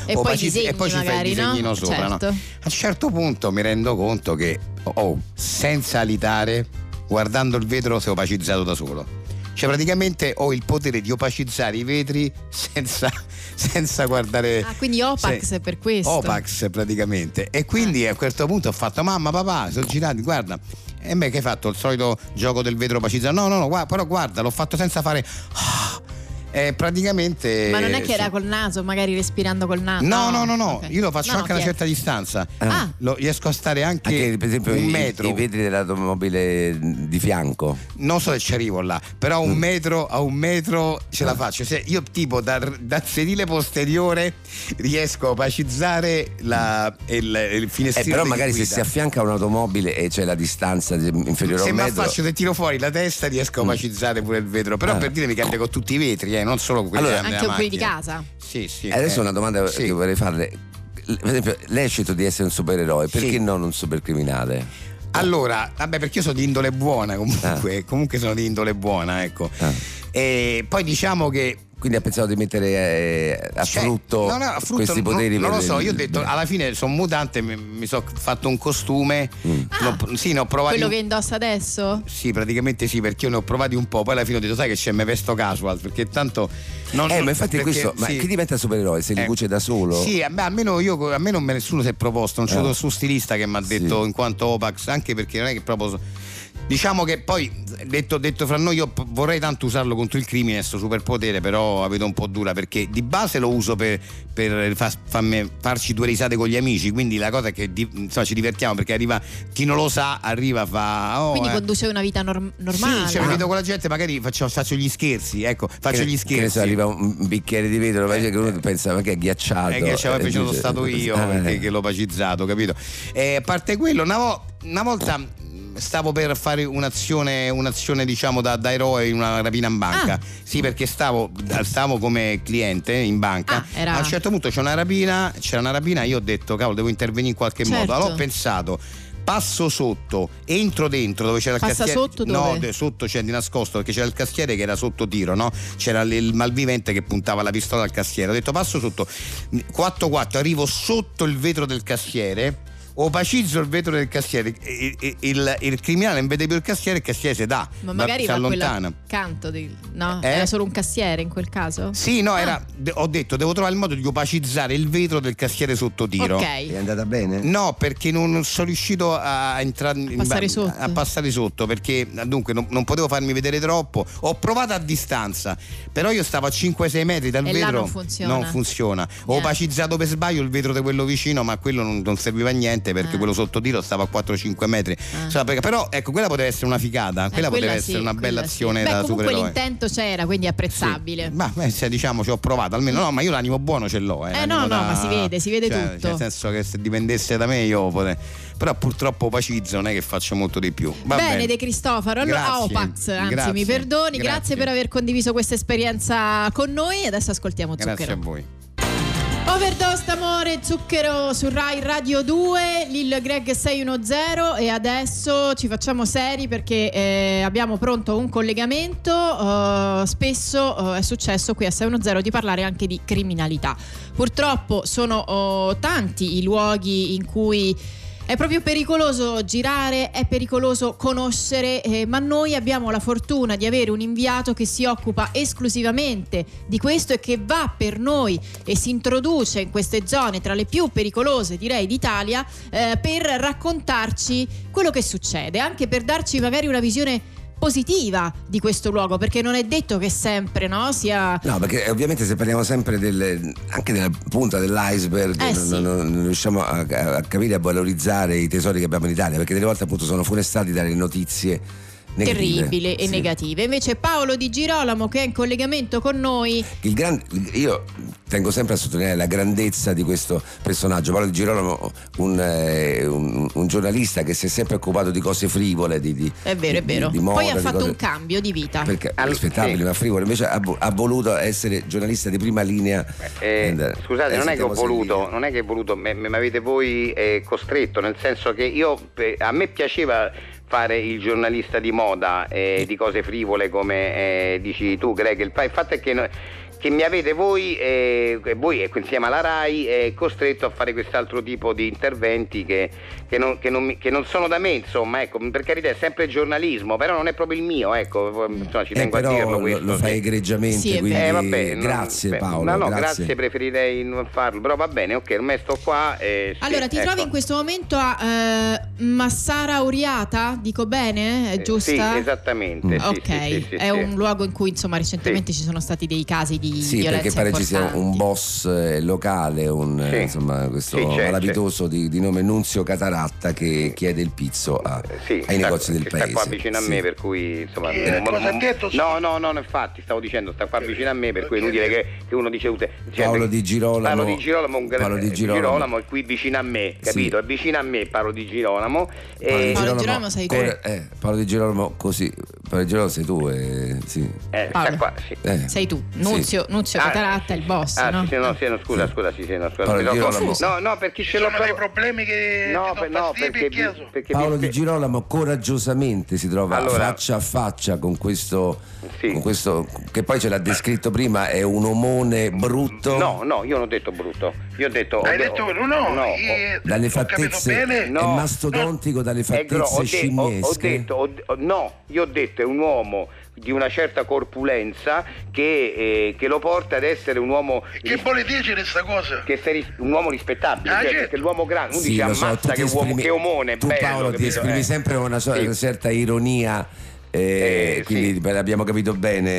S2: E poi
S3: opaciz-
S2: disegni
S3: e poi Oh, ci fai il
S2: magari, no?
S3: disegnino sopra, no?
S2: certo.
S3: A un certo punto mi rendo conto che, oh, senza alitare, guardando il vetro, si è opacizzato da solo. Cioè, praticamente ho il potere di opacizzare i vetri senza, senza guardare.
S2: Ah, quindi Opax
S3: Eh, se-
S2: è per questo. Eh.
S3: Opax, praticamente. E quindi a questo punto ho fatto: Mamma, papà, sono girati, guarda. E me che hai fatto? Il solito gioco del vetro opacizzato? No, no, no, guarda, però guarda, l'ho fatto senza fare. "Ah." E praticamente.
S2: Ma non è che era
S3: sì.
S2: col naso, magari respirando col naso.
S3: No, no, no, no,
S2: Ah, oh, Ok.
S3: io lo faccio
S2: No, no,
S3: anche a una
S2: ti-
S3: certa distanza.
S2: Ah.
S3: Lo- riesco a stare anche,
S4: Anche per esempio
S3: un
S4: i-
S3: metro.
S4: i vetri dell'automobile di fianco.
S3: non so se ci arrivo là, però a
S4: Mm.
S3: un metro, a un metro ce
S4: Ah.
S3: la faccio. Se io tipo da- dal sedile posteriore riesco a opacizzare la- il, il
S4: Eh,
S3: finestrino.
S4: però
S3: di
S4: magari se
S3: guida.
S4: si affianca a un'automobile e c'è la distanza di- inferiore a
S3: se
S4: un
S3: mi
S4: metro. Mm.
S3: affaccio, se tiro fuori la testa, riesco a opacizzare pure il vetro. Però
S4: Ah.
S3: per dire mi cambia con tutti i vetri, eh, non solo con quelli
S4: Allora,
S3: della
S2: Anche con quelli di
S3: macchina.
S2: casa.
S3: Sì, sì.
S4: E Adesso
S3: eh.
S4: una domanda
S3: Sì.
S4: che vorrei farle. L- Per esempio, lei ha scelto di essere un supereroe, perché
S3: Sì.
S4: non un supercriminale?
S3: Allora, vabbè, perché io sono di indole buona comunque, comunque sono di indole buona, ecco.
S4: Ah.
S3: E poi diciamo che
S4: Quindi ha pensato di mettere eh, a,
S3: cioè,
S4: frutto
S3: no, no, a frutto
S4: questi
S3: non-
S4: poteri?
S3: Non,
S4: per-
S3: lo so, io ho detto alla fine sono mutante, mi, mi sono fatto un costume.
S4: Mm.
S3: l'ho- sì, ne ho provati.
S2: Quello che
S3: un-
S2: indossa adesso?
S3: Sì, praticamente sì, perché io ne ho provati un po', poi alla fine ho detto, sai che c'è, mi vesto casual, perché tanto... Non,
S4: Eh, ma infatti
S3: perché-
S4: questo, ma
S3: sì.
S4: chi diventa supereroe se li
S3: Eh.
S4: cuce da solo?
S3: Sì, a me- almeno io, a me non me nessuno si è proposto, non c'è
S4: Eh.
S3: stato nessun stilista che mi ha
S4: Sì.
S3: detto in quanto Opax, anche perché non è che proprio... so- Diciamo che poi, detto, detto fra noi, io p- vorrei tanto usarlo contro il crimine, sto superpotere, però la vedo un po' dura perché di base lo uso per, per fa- farmi- farci due risate con gli amici, quindi la cosa è che di- insomma, ci divertiamo perché arriva chi non lo sa, arriva fa... "Oh,
S2: Quindi
S3: eh,
S2: conduce una vita norm- normale.
S3: Sì, cioè, mi vedo con la gente, magari faccio, faccio gli scherzi, ecco, faccio
S4: Ah. Che-
S3: gli
S4: Che ne
S3: scherzi.
S4: so, arriva un un bicchiere di vetro, invece che uno pensa ma che è ghiacciato.
S3: Eh, che ci aveva
S4: Eh,
S3: piaciuto
S4: dice-
S3: stato io
S4: Ah,
S3: perché- che l'ho pacizzato, capito? Eh, a parte quello, una, vo- una volta mh, stavo per fare un'azione, un'azione diciamo da, da eroe in una rapina in banca.
S2: Ah.
S3: Sì, perché stavo, stavo come cliente in banca.
S2: Ah, era-
S3: A un certo punto c'è una rapina, c'era una rapina, io ho detto cavolo, devo intervenire in qualche
S2: Certo.
S3: modo. Allora ho pensato Passo sotto, entro dentro dove c'era
S2: Passa
S3: il cassiere.
S2: sotto dove?
S3: No, de- sotto c'è di nascosto perché c'era il cassiere che era sotto tiro, no? C'era l- il malvivente che puntava la pistola al cassiere. Ho detto passo sotto 4-4, arrivo sotto il vetro del cassiere. Opacizzo il vetro del cassiere. e- e- e- Il, il criminale non vede più il cassiere, il cassiere si dà,
S2: Ma magari
S3: si
S2: va
S3: allontana.
S2: quello accanto, di- no?
S3: Eh?
S2: Era solo un cassiere in quel caso? Ah, eh,
S3: Sì, no, era- de- ho detto, devo trovare il modo di opacizzare il vetro del cassiere sotto tiro.
S4: È
S2: Ok.
S4: andata bene?
S3: No, perché non non sono riuscito a entrare in-
S2: passare
S3: a-
S2: sotto.
S3: a passare sotto, perché dunque non, non potevo farmi vedere troppo. Ho provato a distanza, però io stavo a 5-6 metri dal
S2: E là
S3: vetro.
S2: non funziona.
S3: non funziona. Ho
S2: Niente.
S3: opacizzato per sbaglio il vetro di quello vicino, ma quello non, non serviva a niente.
S10: 7 perché
S2: Eh.
S10: quello sotto tiro stava a 4-5 metri.
S3: Cioè,
S10: Insomma, perché- però ecco, quella poteva essere una figata, quella,
S2: Ah. Eh,
S10: poteva
S2: sì,
S10: essere una bella
S2: quella sì.
S10: azione
S2: Beh,
S10: da
S2: comunque
S10: supereroe.
S2: l'intento c'era, quindi è apprezzabile.
S10: Sì. Ma eh, se, diciamo ci ho provato, almeno no, ma io l'animo buono ce l'ho. Eh,
S2: Eh,
S10: l'animo
S2: no, no,
S10: da-
S2: ma si vede, si vede
S10: cioè,
S2: tutto.
S10: Nel senso che se dipendesse da me io potrei. Però purtroppo Pacizzo non è che faccio molto di più. Va
S2: bene, De Cristofaro, allora
S10: Grazie,
S2: a Opax, anzi
S10: grazie,
S2: mi perdoni, grazie.
S10: grazie.
S2: per aver condiviso questa esperienza con noi adesso ascoltiamo
S10: Grazie a
S2: Zucchero.
S10: voi.
S2: Overdose d'amore, Zucchero su Rai Radio 2, Lil Greg 610 e adesso ci facciamo seri perché eh, abbiamo pronto un collegamento, eh, spesso eh, è successo qui a 610 di parlare anche di criminalità. Purtroppo sono oh, tanti i luoghi in cui è proprio pericoloso girare, è pericoloso conoscere, eh, ma noi abbiamo la fortuna di avere un inviato che si occupa esclusivamente di questo e che va per noi e si introduce in queste zone tra le più pericolose, direi, d'Italia, eh, per raccontarci quello che succede, anche per darci magari una visione positiva di questo luogo, perché non è detto che sempre no, sia
S4: No, perché eh, ovviamente se parliamo sempre del, anche della punta dell'iceberg,
S2: Eh,
S4: non,
S2: sì.
S4: non- non riusciamo a, a capire e a valorizzare i tesori che abbiamo in Italia, perché delle volte appunto sono funestati dalle notizie negative.
S2: terribile e
S4: Sì.
S2: negativa. Invece Paolo Di Girolamo che è in collegamento con noi
S4: Il gran- io tengo sempre a sottolineare la grandezza di questo personaggio. Paolo Di Girolamo, un, eh, un- un giornalista che si è sempre occupato di cose frivole, di, di-
S2: È vero, è
S4: di- di-
S2: vero.
S4: di moda,
S2: Poi ha
S4: di
S2: fatto
S4: cose-
S2: un cambio di vita.
S4: Perché
S3: Al-
S4: rispettabile
S3: sì.
S4: ma frivolo, invece ha, vo- ha voluto essere giornalista di prima linea.
S3: Eh,
S4: And-
S3: scusate,
S4: eh,
S3: non è che
S4: sentiamo
S3: ho voluto,
S4: sentire.
S3: non è che ho voluto, me- me- mi avete voi eh, costretto, nel senso che io eh, a me piaceva fare il giornalista di moda eh, di cose frivole come eh, dici tu Greg, il, pa- il fatto è che, no- che mi avete voi, eh, voi ecco, insieme alla RAI eh, costretto a fare quest'altro tipo di interventi che, che non, che non mi- che non sono da me insomma, ecco, per carità è sempre giornalismo, però non è proprio il mio, ecco, insomma, ci
S4: Eh,
S3: tengo a
S4: però
S3: dirlo
S4: lo-
S3: questo.
S4: lo fai
S3: sì.
S4: egregiamente,
S2: Sì, è
S4: quindi
S2: vero.
S3: Eh, vabbè, non-
S4: grazie
S3: beh,
S4: Paolo.
S3: No, no,
S4: grazie.
S3: grazie. preferirei non farlo. Però va bene, ok, ormai sto qua. eh, sì,
S2: Allora, ti
S3: ecco.
S2: trovi in questo momento a eh, Massara Uriata, dico bene? È
S3: Eh,
S2: giusta? Mm,
S3: Sì, esattamente. sì,
S2: Ok,
S3: sì, sì, sì,
S2: è
S3: sì.
S2: un luogo in cui insomma recentemente ci sono stati dei casi di
S4: Sì,
S2: violenza
S4: perché pare ci sia un
S2: importanti.
S4: boss eh, locale, un, eh,
S3: Sì.
S4: insomma, questo
S3: Sì, certo, c'è,
S4: malavitoso di, di nome Nunzio Cataratta che chiede il pizzo a-
S3: Eh, sì,
S4: ai
S3: sta-
S4: negozi del
S3: che
S4: paese.
S3: Sta qua vicino a
S4: Sì.
S3: me, per cui insomma.
S9: Che
S3: mm,
S9: Eh, cosa ha
S3: mm,
S9: detto?
S3: No, no, no, no, infatti, stavo dicendo, sta qua vicino a me, per cui è inutile che, che uno dice. ut- cioè,
S4: Paolo Di Girolamo-
S3: Paolo di Girolamo, un gra-
S4: Paolo Di
S3: eh,
S4: Girolamo.
S3: è qui vicino a me, capito?
S4: Sì.
S3: È vicino a me, Paolo Di Girolamo.
S4: Paolo
S3: e-
S4: Di
S2: Eh, Paolo
S4: Girolamo,
S2: Girolamo sei tu.
S4: cor- eh, Paolo Di Girolamo così, Paolo Di Girolamo sei tu, eh, sì.
S3: eh, sta
S2: Paolo.
S3: qua, sì.
S4: Eh.
S2: Sei tu,
S4: Sì.
S2: Nunzio, Nunzio
S3: Ah,
S2: Cataratta, il boss,
S3: Ah,
S2: no?
S3: sì, sì, no, sì, no, scusa,
S4: Sì.
S3: scusa, sì, sì, no, scusa.
S4: Paolo
S3: mi sono
S4: Girolamo.
S3: confuso. No, no, perché
S9: Ci
S3: ce l'ho
S9: sono dei
S3: proprio-
S9: problemi Eh, che
S3: No,
S9: ti
S3: per-
S9: do
S3: no,
S9: fastidio
S3: perché,
S9: e chieso.
S3: vi- perché
S4: Paolo
S3: vi-
S4: Di Girolamo coraggiosamente si trova
S3: Allora-
S4: faccia a faccia con questo,
S3: Sì.
S4: con questo che poi ce l'ha descritto prima, è un omone brutto.
S3: No, no, io non ho detto brutto. Io ho detto
S9: Hai
S3: ho-
S9: detto
S3: ho-
S9: no, no,
S3: no, ho-
S11: Oh,
S9: eh,
S4: dalle
S9: ho capito
S4: fattezze
S9: bene.
S4: è
S3: No.
S4: mastodontico dalle
S3: è gro- Eh,
S4: fattezze
S3: ho de- ho- ho
S4: scimmiesche
S3: detto, ho- ho- no, io ho detto è un uomo di una certa corpulenza che, eh, che lo porta ad essere un uomo
S9: Che vuole dire questa cosa?
S3: che sei ris- un uomo rispettabile,
S9: Ah,
S3: cioè,
S9: certo.
S3: perché l'uomo grande, uno
S4: Sì,
S3: dice
S4: lo so,
S3: ammazza
S4: tu ti
S3: che, uomo,
S4: esprimi-
S3: che omone, è
S4: tu
S3: bello",
S4: Paolo ti
S3: capito?
S4: esprimi
S3: Eh.
S4: sempre con una, so-
S3: Sì.
S4: una certa ironia eh,
S3: Eh,
S4: quindi
S3: sì.
S4: beh, abbiamo capito bene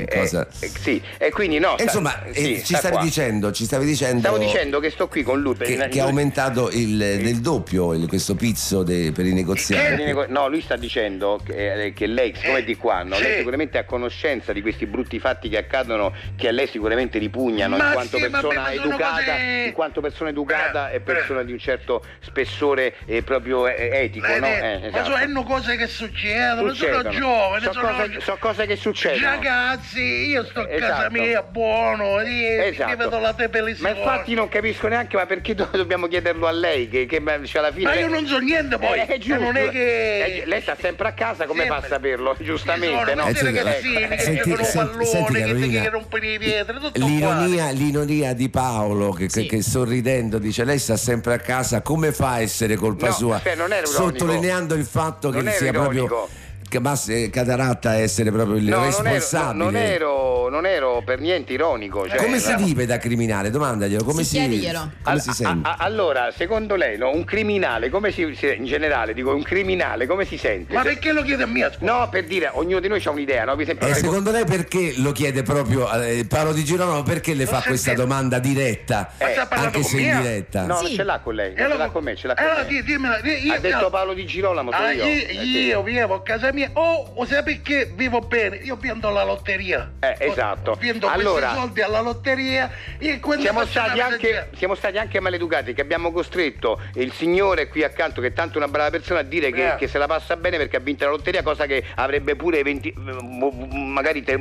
S3: Eh,
S4: che cosa
S3: eh, eh, sì, e quindi no.
S4: E
S3: sta-
S4: insomma eh,
S3: sì,
S4: ci
S3: sta
S4: stavi
S3: qua.
S4: dicendo ci stavi dicendo
S3: Eh. Stavo dicendo che sto qui con lui per
S4: che, che ha aumentato il, del doppio il- questo pizzo de- per i
S3: Per i
S4: negozianti
S3: nego- Eh, No, lui sta dicendo che, eh, che lei, siccome è di qua, no,
S9: Sì.
S3: lei sicuramente ha conoscenza di questi brutti fatti che accadono, che a lei sicuramente ripugnano in
S9: Ma
S3: quanto
S9: sì, vabbè,
S3: persona
S9: ma sono
S3: educata,
S9: cose- Eh,
S3: in quanto persona educata
S9: Bra-
S3: e persona
S9: bra-
S3: di un certo spessore eh, proprio eh, etico,
S9: L'hai
S3: no?
S9: detto.
S3: Eh,
S9: Ma
S3: esatto.
S9: sono cose che succedono,
S3: Succedono.
S9: sono giovane,
S3: So
S9: sono
S3: cose- so cose che succedono.
S9: Ragazzi, io sto a casa
S3: Esatto.
S9: mia buono, e
S3: Esatto.
S9: mi vedo la
S3: Ma
S9: tepelissima.
S3: infatti non capisco neanche, ma perché do- dobbiamo chiederlo a lei? Che, che cioè, alla fine
S9: Ma
S3: lei-
S9: io non so niente poi.
S3: Eh, è giusto.
S9: Non è che.
S3: Eh, lei sta sempre a casa, come fa a
S9: Sempre.
S3: saperlo? Giustamente, no?
S9: Ci sono questi
S4: Eh,
S9: ragazzini che
S4: senti-
S9: giocano
S4: senti-
S9: pallone,
S4: senti,
S9: che-
S4: Carolina,
S9: che rompono i pietre, tutto uguale.
S4: L'ironia, l'ironia di Paolo che, che-
S2: Sì.
S4: che sorridendo dice lei sta sempre a casa come fa a essere colpa
S3: No,
S4: sua
S3: cioè, non era ironico.
S4: sottolineando il fatto
S3: Non
S4: che
S3: era
S4: sia
S3: ironico.
S4: proprio Che basta eh, Cataratta essere proprio il
S12: No, non ero, no,
S4: responsabile.
S12: non ero- non ero per niente
S9: Eh,
S12: ironico. Cioè,
S4: come si
S12: no.
S4: vive da criminale? Domandaglielo, come
S12: Sì,
S4: si,
S12: chiediglielo.
S4: come si sente?
S12: A- a- allora, secondo lei, no, un criminale come si, si- in generale, dico un criminale come si sente?
S9: Ma
S12: Se-
S9: perché lo chiede a me?
S12: No, per dire, ognuno di noi ha un'idea, no? Per esempio,
S4: E
S12: sai,
S4: secondo lei perché lo chiede proprio eh, Paolo Di Girolamo? Perché le fa questa domanda diretta?
S3: Eh.
S4: Eh, anche se in diretta.
S12: No, non ce l'ha con lei, non ce l'ha con me, ce l'ha con
S9: Allora
S12: me.
S9: di- dimmela, di- io-
S12: ha detto
S9: no.
S12: Paolo Di Girolamo, sono
S9: Ah,
S12: io. Eh,
S9: io,
S3: Eh,
S9: io vivo a casa mia, oh, o sai perché vivo bene? Io vendo la lotteria.
S12: Eh, esatto.
S9: Vendo
S12: Allora-
S9: questi soldi alla lotteria e quando
S12: siamo
S9: faccio
S12: stati,
S9: una
S12: anche, siamo stati anche maleducati che abbiamo costretto il signore qui accanto, che è tanto una brava persona, a dire che,
S9: Bravo.
S12: che se la passa bene perché ha vinto la lotteria, cosa che avrebbe pure 20, magari te-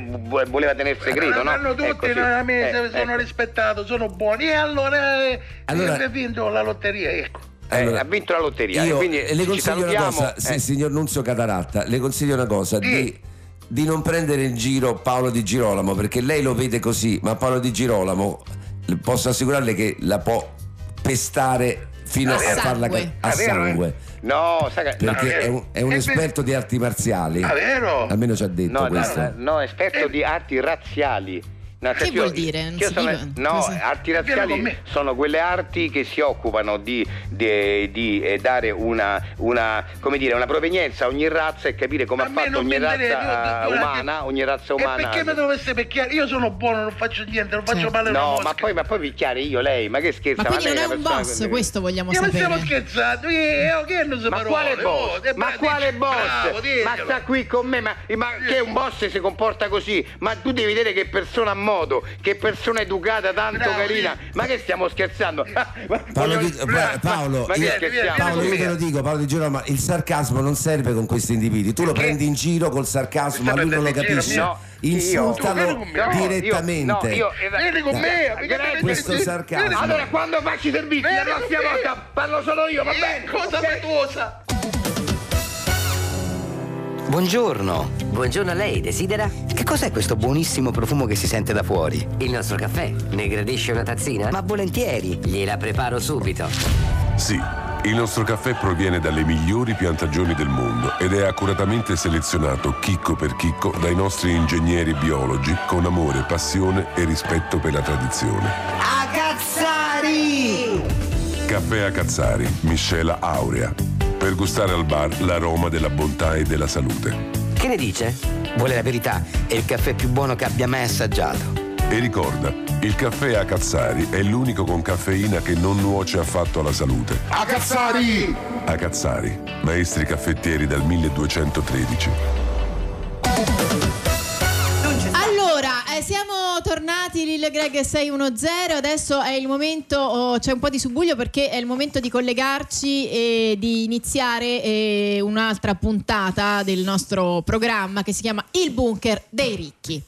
S12: voleva tenere segreto, no?
S9: Hanno
S12: Ecco,
S9: tutti
S12: sì.
S9: nella mia,
S12: Eh,
S9: sono
S12: ecco.
S9: rispettato, sono buoni. E allora, eh,
S4: Allora-
S9: io ho vinto la lotteria, ecco.
S4: Allora,
S12: ha vinto la lotteria.
S4: Io
S12: e quindi
S4: le
S12: ci
S4: consiglio una
S12: salutiamo.
S4: cosa, sì,
S12: Eh. Mm.
S4: signor Nunzio Cataratta, le consiglio una cosa di, di non prendere in giro Paolo Di Girolamo perché lei lo vede così, ma Paolo Di Girolamo le posso assicurarle che la può pestare fino
S12: A
S4: a, farla ca-
S12: sangue.
S4: a
S12: È vero, eh?
S4: sangue.
S12: No, sai che- no, eh.
S4: Perché
S12: vero.
S4: è un, è un esperto di arti marziali.
S12: Ah, vero?
S4: Almeno ci ha detto
S12: No,
S4: questo.
S12: no, no, esperto di arti razziali. No,
S2: Che
S12: cioè,
S2: vuol dire? Non
S12: io
S2: si
S12: sono-
S2: dice?
S12: no,
S2: Cosa?
S12: arti
S2: Viene con
S12: razziali
S2: me.
S12: sono quelle arti che si occupano di, di- di, eh, dare una, una, come dire, una provenienza a ogni razza e capire come ha fatto
S9: non
S12: ogni
S9: mi interessa,
S12: razza eh,
S9: io- io-
S12: umana, ogni razza
S9: E
S12: umana.
S9: perché mi dovesse picchiare? Io sono buono, non faccio niente, non faccio male a una
S12: No,
S9: mosca.
S12: ma poi, ma poi picchiare io lei, ma che scherza?
S2: Ma quindi
S12: lei
S2: non è un
S12: una persona
S2: boss,
S12: che-
S2: questo vogliamo
S9: Io non stiamo
S2: sapere.
S9: scherzando, io, io che non so
S12: Ma
S9: parole,
S12: quale
S9: oh,
S12: boss?
S9: e
S12: ma
S9: poi
S12: quale
S9: dici,
S12: boss?
S9: bravo,
S12: ma
S9: diglielo.
S12: sta qui con me, ma, ma che un boss si comporta così? Ma tu devi vedere che persona a modo, che persona educata, tanto
S9: Bravo,
S12: carina. Ma che stiamo scherzando? Ma-
S4: Paolo,
S12: voglio-
S4: Di- Bra- Paolo,
S12: ma che
S4: io,
S12: scherziamo?
S4: Paolo, io te lo dico, Paolo Di Girolamo, il sarcasmo non serve con questi individui. Tu lo prendi in giro col sarcasmo, ma lui non lo capisce.
S12: No,
S4: Insultalo
S12: io- no, io-
S4: direttamente.
S12: no, io-
S9: Vieni con me,
S12: Dai,
S9: mi
S12: grazie.
S9: vieni-
S4: Questo
S9: vieni-
S4: sarcasmo.
S9: vieni-
S12: Allora, quando faccio i servizi, la
S9: Vieni con
S12: prossima
S9: me.
S12: volta parlo solo io, va
S9: Eh,
S12: bene?
S9: Cosa fatuosa?
S13: Buongiorno. Buongiorno a lei, desidera? Che cos'è questo buonissimo profumo che si sente da fuori? Il nostro caffè. Ne gradisce una tazzina? Ma volentieri, gliela preparo subito.
S14: Sì, il nostro caffè proviene dalle migliori piantagioni del mondo ed è accuratamente selezionato chicco per chicco dai nostri ingegneri biologi con amore, passione e rispetto per la tradizione.
S13: A cazzari!
S14: Caffè a Cazzari, miscela aurea, per gustare al bar l'aroma della bontà e della salute.
S13: Che ne dice? Vuole la verità, è il caffè più buono che abbia mai assaggiato.
S14: E ricorda, il caffè a Cazzari è l'unico con caffeina che non nuoce affatto alla salute.
S5: A cazzari!
S14: A Cazzari, maestri caffettieri dal 1213.
S2: Allora, eh, siamo tornati Lil Greg 610, adesso è il momento, oh, c'è un po' di subbuglio perché è il momento di collegarci e di iniziare eh, un'altra puntata del nostro programma che si chiama Il Bunker dei Ricchi.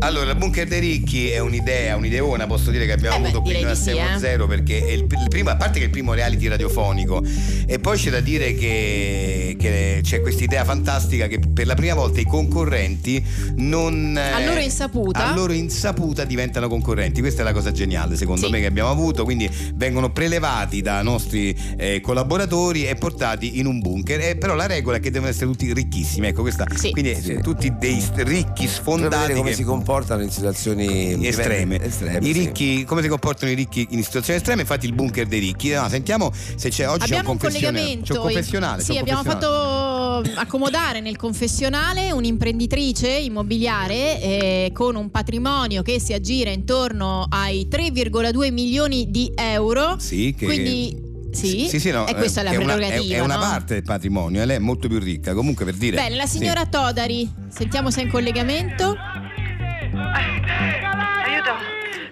S3: Allora, il bunker dei ricchi è un'idea, un'ideona, posso dire che abbiamo avuto qui
S2: Eh direi
S3: nella
S2: di sì,
S3: 610 perché è il, il primo, a parte che è il primo reality radiofonico e poi c'è da dire che, che c'è questa idea fantastica che per la prima volta i concorrenti non... eh,
S2: A loro insaputa.
S3: a loro insaputa diventano concorrenti. Questa è la cosa geniale, secondo me, che abbiamo avuto. Quindi vengono prelevati da nostri eh, collaboratori e portati in un bunker. Eh, però la regola è che devono essere tutti ricchissimi. Ecco, questa. Quindi eh, tutti dei s- ricchi
S4: Bisogna
S3: sfondati.
S4: vedere come
S3: che-
S4: si comportano in situazioni
S3: Estreme.
S4: estreme,
S3: I
S4: sì.
S3: ricchi, come si comportano i ricchi in situazioni estreme? Infatti, il bunker dei ricchi. No, sentiamo se c'è oggi c'è
S2: abbiamo
S3: un
S2: un
S3: confessionale.
S2: collegamento.
S3: C'è un confessionale.
S2: sì,
S3: c'è un
S2: abbiamo
S3: confessionale.
S2: fatto accomodare nel confessionale un'imprenditrice immobiliare eh, con un patrimonio che si aggira intorno ai 3,2 milioni di euro.
S3: Sì, che-
S2: Quindi sì,
S3: Sì, sì, no,
S2: e questa è
S3: eh,
S2: la
S3: che una- è-
S2: prerogativa.
S3: È, una
S2: no?
S3: parte del patrimonio, eh, lei è molto più ricca. Comunque, per dire.
S2: Bene, la
S3: Sì.
S2: signora Todari, sentiamo se è in collegamento.
S8: Aiuto.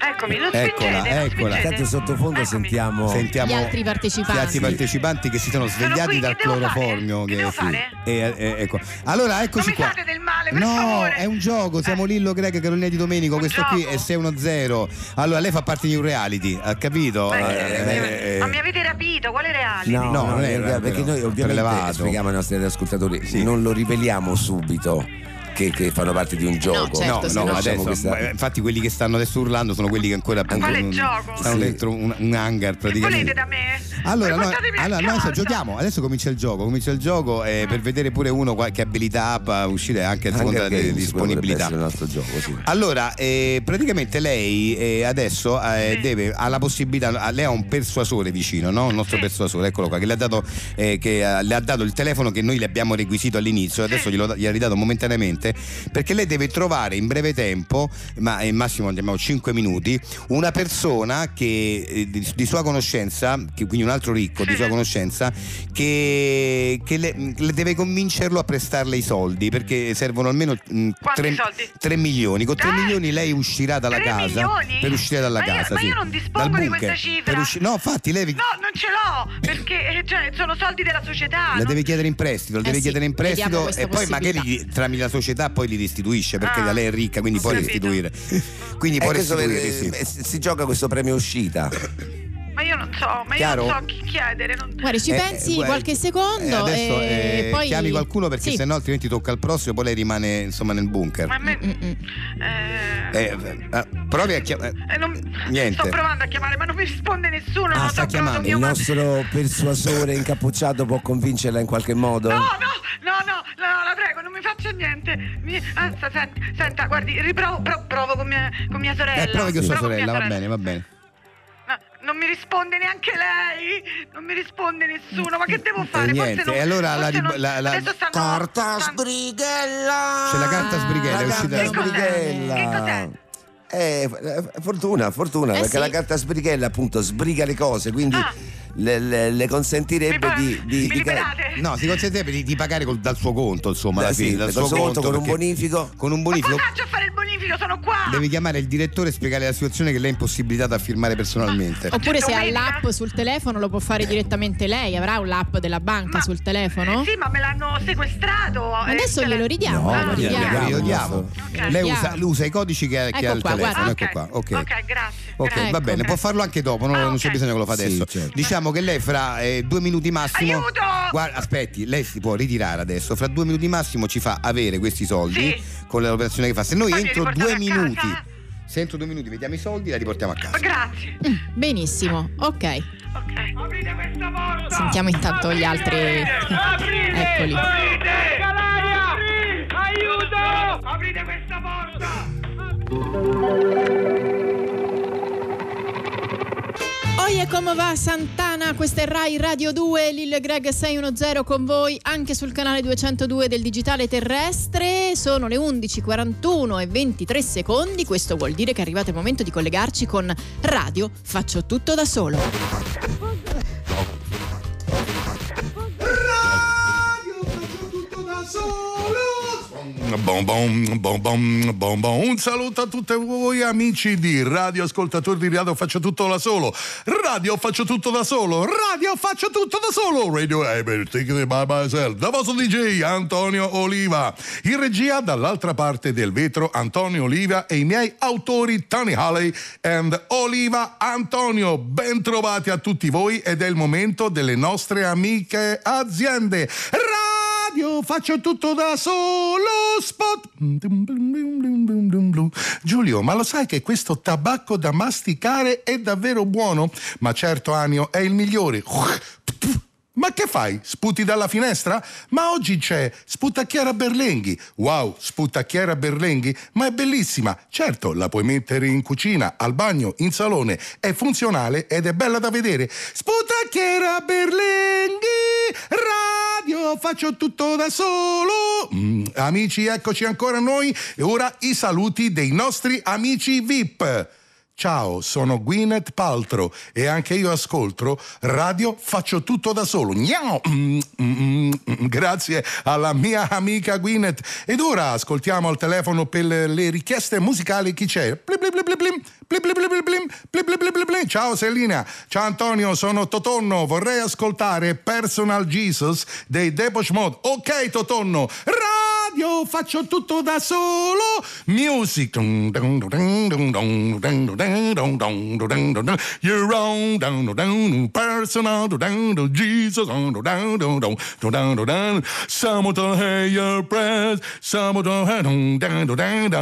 S8: Eccomi, non
S3: Eccola,
S8: spingete, non
S3: eccola.
S8: spingete.
S4: sottofondo
S3: sentiamo,
S2: Gli altri
S3: gli
S2: partecipanti.
S3: altri partecipanti che si sono svegliati dal cloroformio. Che sì. E- e- ecco. Allora, eccoci qua. no, è un gioco.
S8: Eh.
S3: Siamo Lillo Greg Carolina di Domenico. questo qui è 610. Allora, lei fa parte di un reality, ha capito? Eh,
S8: Ma mi avete rapito, quale reale?
S4: No,
S3: No,
S4: no,
S3: non è
S4: in realtà,
S3: vero,
S4: perché noi
S3: però,
S4: ovviamente
S3: prelevato.
S4: spieghiamo ai nostri ascoltatori, non lo riveliamo subito che, che fanno parte di un gioco.
S3: no, certo, no,
S4: Lasciamo
S3: adesso,
S4: questa-
S3: ma- infatti quelli che stanno adesso urlando sono quelli che ancora appunto,
S8: quale
S3: non-
S8: gioco?
S3: stanno
S8: Sì.
S3: dentro un, un hangar
S8: Volete
S3: praticamente.
S8: da me?
S3: Allora, noi,
S8: Portatemi a
S3: allora, noi adesso
S8: casa.
S3: giochiamo, adesso comincia il gioco, comincia il gioco eh, per vedere pure uno qualche abilità app a uscire anche a seconda
S4: Hunger Games,
S3: delle
S4: quello
S3: disponibilità.
S4: dovrebbe essere un altro gioco, sì.
S3: Allora, eh, praticamente lei eh, adesso eh, deve, ha la possibilità, ha- lei ha un persuasore vicino, no? Il nostro persuasore, eccolo qua, che, le ha, dato, eh, che ha- le ha dato il telefono che noi le abbiamo requisito all'inizio, adesso glielo, gliel'ha ridato momentaneamente, perché lei deve trovare in breve tempo, ma in massimo andiamo 5 minuti, una persona che, eh, di, di sua conoscenza, che- quindi un altro ricco di sua conoscenza, che, che le, le deve convincerlo a prestarle i soldi, perché servono almeno mm, 3
S8: soldi? Ah,
S3: milioni. Con 3 milioni lei uscirà dalla
S8: Tre
S3: casa.
S8: milioni?
S3: Per uscire dalla
S8: Ma io-
S3: casa.
S8: ma
S3: sì.
S8: io non dispongo
S3: Dal
S8: di
S3: bunker.
S8: questa cifra.
S3: Per usci- no, infatti, lei
S8: No, non ce l'ho, perché eh, cioè, sono soldi della società.
S3: la
S8: non-
S3: deve chiedere in prestito, la
S8: Eh
S3: deve
S8: sì,
S3: chiedere in
S8: vediamo
S3: prestito
S8: questa
S3: e poi
S8: possibilità.
S3: magari gli- tramite la società poi li restituisce perché
S8: Ah,
S3: da lei è ricca, quindi
S4: ho
S3: può
S4: capito.
S3: restituire. Quindi
S4: Eh,
S3: può
S4: questo per-
S3: restituire, sì.
S4: eh, si gioca questo premio uscita.
S8: Ma io non so, ma
S4: Chiaro?
S8: io non so chi chiedere. non-
S2: Guarda, ci
S3: Eh,
S2: pensi
S3: guarda,
S2: qualche secondo
S3: Eh, adesso
S2: e
S3: eh,
S2: poi
S3: chiami qualcuno perché
S2: Sì.
S3: sennò altrimenti tocca al prossimo, poi lei rimane insomma nel bunker.
S8: Ma a me.
S3: Eh, eh, provi a chiamare.
S8: eh, non-
S3: Niente.
S8: Sto provando a chiamare, ma non mi risponde nessuno. non
S4: Ah,
S8: ho
S4: sta
S8: trovato
S4: chiamando.
S8: mio
S4: Il
S8: mar-
S4: nostro persuasore incappucciato può convincerla in qualche modo?
S8: No, no, no, no, no, la prego, non mi faccia niente. Mi... Anzi, senta, senta, guardi, riprovo pro- provo con mia, con mia sorella.
S3: Eh, provi con sua
S8: Provo
S3: sorella, va
S8: mia
S3: bene, va bene.
S8: Ma Non mi risponde neanche lei, non mi risponde nessuno, ma che devo fare?
S3: E
S8: Forse
S3: Eh, niente,
S8: non-
S3: e allora la,
S8: forse
S3: rib-
S8: non-
S3: la- la-
S8: adesso stanno-
S4: Carta
S8: stanno-
S4: sbrighella!
S8: Ah,
S3: c'è la carta sbrighella, è
S4: La
S3: uscita
S4: carta sbrighella. Eh, f- fortuna, fortuna,
S3: Eh,
S4: perché
S3: sì.
S4: la carta sbrighella appunto sbriga le cose, quindi
S8: Ah.
S4: le, le- le consentirebbe di, di- di-
S3: No, si consentirebbe di, di pagare col- dal suo conto, insomma, alla
S4: Eh Sì,
S3: fine, dal
S4: col suo conto, con un bonifico.
S3: Con un bonifico.
S8: Faccio a fare il bonifico, sono qua!
S3: Devi chiamare il direttore e spiegare la situazione che lei è impossibilitata a firmare personalmente.
S2: Oppure se ha l'app sul telefono lo può fare direttamente lei, avrà l'app della banca sul telefono?
S8: Sì, ma me l'hanno sequestrato. eh, cioè-
S2: Adesso glielo ridiamo, eh, lo ridiamo.
S3: Lo ridiamo. Lei usa, lui usa i codici che, che
S2: Ecco
S3: ha il
S2: qua,
S3: telefono,
S2: guarda.
S3: ecco qua. Ok,
S8: grazie.
S3: Ok,
S2: grazie.
S3: va bene,
S2: Ecco.
S3: può farlo anche dopo, non, non c'è bisogno che lo fa adesso. Diciamo che lei fra eh, due minuti massimo.
S8: Aiuto!
S3: Guarda, aspetti, lei si può ritirare adesso. Fra due minuti massimo ci fa avere questi soldi con l'operazione che fa. Se noi
S2: Poi li
S3: entro
S2: riportate
S3: due
S2: a
S3: minuti.
S2: casa.
S3: Se entro due minuti vediamo i soldi, la riportiamo a casa.
S8: Grazie.
S2: Mm, benissimo, ok.
S8: Aprite questa porta!
S2: Sentiamo intanto gli altri. Eccoli.
S8: Aiuto! Aprite questa porta!
S2: Oye, come va Santana? Questa è Rai Radio 2, Lil Greg 610 con voi anche sul canale 202 del Digitale Terrestre. Sono le 11.41 e 23 secondi. Questo vuol dire che è arrivato il momento di collegarci con Radio Faccio Tutto da Solo.
S15: Bon, bon, bon, bon, bon, bon. Un saluto a tutti voi amici di Radio Ascoltatori di Radio Faccio Tutto da Solo Radio Faccio Tutto da Solo Radio Faccio Tutto da Solo Radio Ever, Take It By Myself Da vostro DJ Antonio Oliva In regia dall'altra parte del vetro Antonio Oliva e i miei autori Tony Haley and Oliva Antonio Bentrovati a tutti voi ed è il momento delle nostre amiche aziende Radio Faccio Tutto da Solo Spot Mm, Giulio, ma lo sai che questo tabacco da masticare è davvero buono? Ma certo, Anio, è il migliore. Ma che fai? Sputi dalla finestra? Ma oggi c'è Sputacchiera Berlenghi. Wow, Sputacchiera Berlenghi? Ma è bellissima. Certo, la puoi mettere in cucina, al bagno, in salone. È funzionale ed è bella da vedere. Sputacchiera Berlenghi! Radio, faccio tutto da solo! Mm, Amici, eccoci ancora noi. E ora i saluti dei nostri amici VIP. Ciao, sono Gwyneth Paltro e anche io ascolto radio, faccio tutto da solo. Gnao! Mm, mm, mm, Grazie alla mia amica Gwyneth. Ed ora ascoltiamo al telefono per le le richieste musicali chi c'è. Blim, blim, blim, blim, blim, blim, blim, blim, blim, blim, blim, blim, blim, blim. Ciao Selina, ciao Antonio, sono Totonno, vorrei ascoltare Personal Jesus dei Depeche Mode. Ok Totonno, radio! radio faccio tutto da solo. Music. You're on, personal, Jesus, someone to hear your prayers, someone to hear,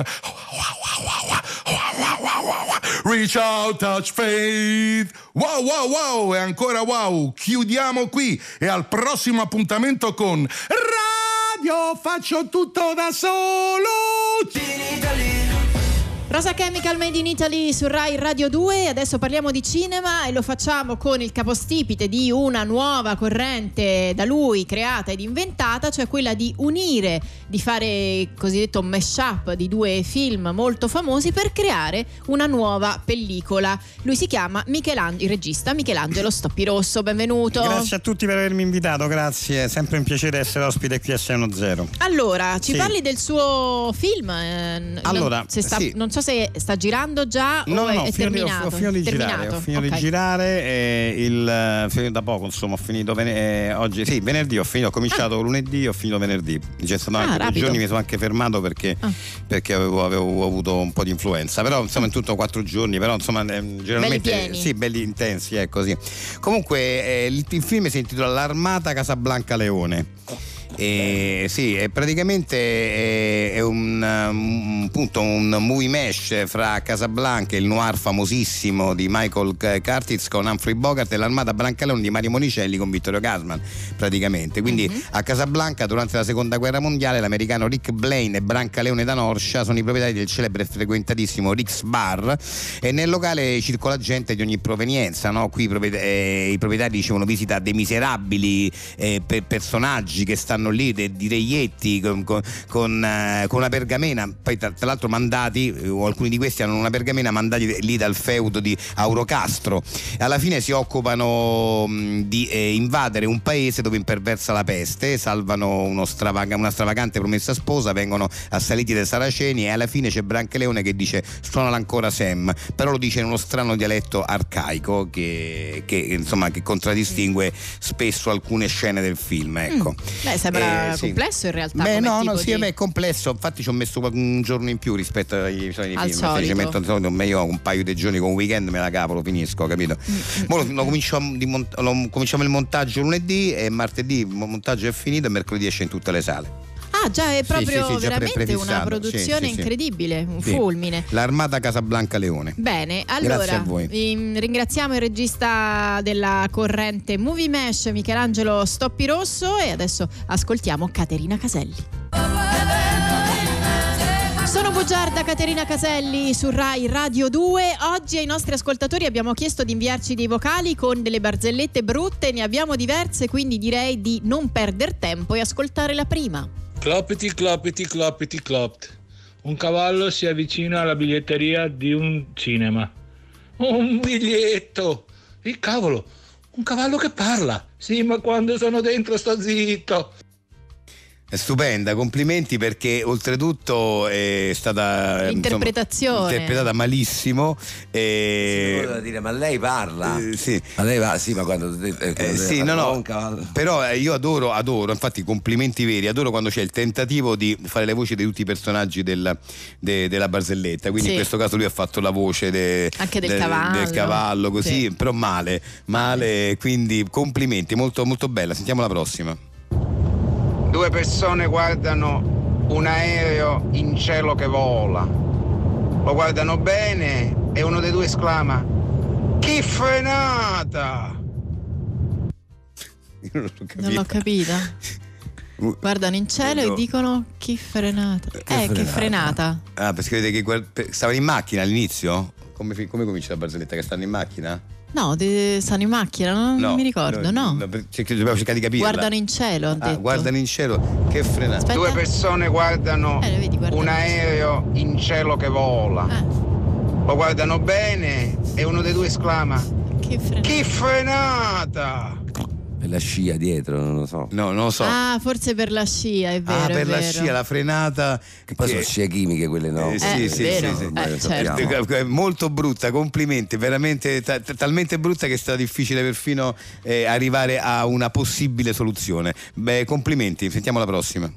S15: Reach out, touch faith. Wow, wow, wow, e ancora wow. Chiudiamo qui e al prossimo appuntamento con Radio Faccio Tutto da Solo.
S2: Rosa Chemical Made in Italy su Rai Radio 2, adesso parliamo di cinema e lo facciamo con il capostipite di una nuova corrente da lui creata ed inventata, cioè quella di unire, di fare il cosiddetto mash-up di due film molto famosi per creare una nuova pellicola. Lui si chiama Michelangelo, il regista Michelangelo Stoppirosso, benvenuto.
S3: Grazie a tutti per avermi invitato, grazie, è sempre un piacere essere ospite qui a Seno Zero.
S2: Allora, ci
S3: Sì.
S2: parli del suo film? eh, n-
S3: Allora,
S2: se sta-
S3: sì.
S2: non so se sta girando già
S3: No,
S2: o
S3: no,
S2: è,
S3: no,
S2: è
S3: ho finito,
S2: terminato.
S3: ho finito di girare,
S2: Terminato,
S3: ho finito
S2: ok.
S3: di girare eh, il, eh, fin- da poco, insomma, ho finito vene- eh, oggi, sì, venerdì ho finito, ho
S2: Ah.
S3: cominciato lunedì, ho finito venerdì. C'è stato
S6: Ah,
S3: anche due
S6: rapido.
S3: giorni, mi sono anche fermato perché,
S2: Ah.
S3: perché avevo, avevo avuto un po' di influenza, però insomma in tutto quattro giorni, però insomma ehm, generalmente
S6: pieni.
S3: sì, belli intensi, ecco sì. Comunque eh, il, il film si intitola L'armata Casablanca Leone. E, sì, è praticamente eh, è un, eh, un- appunto, un movie mesh fra Casablanca e il noir famosissimo di Michael C- Curtis con Humphrey Bogart e l'armata Brancaleone di Mario Monicelli con Vittorio Gassman praticamente quindi a Casablanca durante la seconda guerra mondiale l'americano Rick Blaine e Brancaleone da Norcia sono i proprietari del celebre e frequentatissimo Rick's Bar e nel locale circola gente di ogni provenienza no? qui i propriet- eh, i proprietari ricevono visita dei miserabili eh, per personaggi che stanno lì de- di reietti con, con- con, eh, con una pergamena poi tra, tra l'altro mandati eh, o alcuni di questi hanno una pergamena mandati lì dal feudo di Aurocastro alla fine si occupano mh, di eh, invadere un paese dove imperversa la peste salvano uno stravaga- una stravagante promessa sposa vengono assaliti dai saraceni e alla fine c'è Brancaleone che dice suonala ancora Sam però lo dice in uno strano dialetto arcaico che, che, insomma che contraddistingue spesso alcune scene del film ecco
S2: Beh, sembra
S3: Eh, sì.
S2: complesso in realtà.
S3: Beh,
S2: come
S3: no,
S2: tipo
S3: no, sì,
S2: di-
S3: beh, è complesso. Infatti, ci ho messo un giorno in più rispetto ai soliti
S2: Al
S3: film. Se ci
S2: solito.
S3: metto solito, meglio un paio di giorni con un weekend me la capo, lo finisco, capito?
S2: Mm,
S3: Mo lo- lo cominciamo, di mont- lo- cominciamo il montaggio lunedì e martedì il montaggio è finito e mercoledì esce in tutte le sale.
S2: Ah, già è proprio
S3: sì, sì, già pre-
S2: veramente una
S3: prefissato,
S2: produzione
S3: sì, sì, sì.
S2: incredibile, un
S3: Sì.
S2: fulmine.
S3: L'armata Casablanca Leone.
S2: Bene,
S3: Grazie
S2: allora
S3: a voi.
S2: ehm, ringraziamo il regista della corrente Movie Mesh Michelangelo Stoppirosso e adesso ascoltiamo Caterina Caselli. Sono bugiarda Caterina Caselli su Rai Radio 2. Oggi ai nostri ascoltatori abbiamo chiesto di inviarci dei vocali con delle barzellette brutte, ne abbiamo diverse, quindi direi di non perdere tempo e ascoltare la prima.
S3: Eh,
S16: Clopiti, clopiti, clopiti, clopt. Un cavallo si avvicina alla biglietteria di un cinema. Un biglietto! Il cavolo! Un cavallo che parla! Sì, ma quando sono dentro sto zitto!
S3: È stupenda, complimenti perché oltretutto è stata eh, insomma,
S2: Interpretazione.
S3: interpretata malissimo. E...
S17: voleva dire, ma lei parla.
S3: sì.
S17: Ma lei va, sì, ma quando. eh,
S3: Eh,
S17: quando-
S3: sì, no, no, però eh, io adoro, adoro, infatti complimenti veri, adoro quando c'è il tentativo di fare le voci di tutti i personaggi del- de- della barzelletta, quindi
S2: Sì.
S3: in questo caso lui ha fatto la voce de-
S2: Anche del
S3: de-
S2: cavallo.
S3: del cavallo, così,
S2: Sì.
S3: però male, male, quindi complimenti, molto, molto bella, sentiamo la prossima.
S4: Due persone guardano un aereo in cielo che vola. Lo guardano bene e uno dei due esclama: Chi frenata!
S2: Non l'ho capita.
S3: Uh,
S2: Guardano in cielo e
S3: Credo-
S2: dicono chi frenata. Eh, che
S3: frenata.
S2: frenata.
S3: Ah, perché vedete che guard- per- stavano in macchina all'inizio? Come, fi- come comincia la barzelletta? Che stanno in macchina?
S2: No, de- stanno in macchina, non non mi ricordo, no.
S3: per- cerch- dobbiamo cercare di capirla.
S2: Guardano in cielo, ha
S3: Ah,
S2: detto.
S3: guardano in cielo, che frenata.
S4: Due persone guardano
S2: guardano
S4: un
S2: in
S4: aereo in cielo che vola. Lo guardano bene e uno dei due esclama:
S2: Chi frenata!
S4: Chi frenata!
S17: Per la scia dietro, non lo so.
S3: No, non lo so.
S2: Ah, forse per la scia, è vero.
S3: Ah,
S2: è
S3: per la
S2: vero.
S3: scia, la frenata. Che
S17: poi sono scie chimiche quelle, no?
S3: Eh, sì,
S2: Eh,
S3: sì,
S2: vero.
S3: sì, sì.
S2: Eh,
S3: Eh,
S2: certo.
S3: eh, Molto brutta, complimenti, veramente ta- ta- talmente brutta che è stata difficile perfino eh, arrivare a una possibile soluzione. Beh, complimenti, sentiamo la prossima.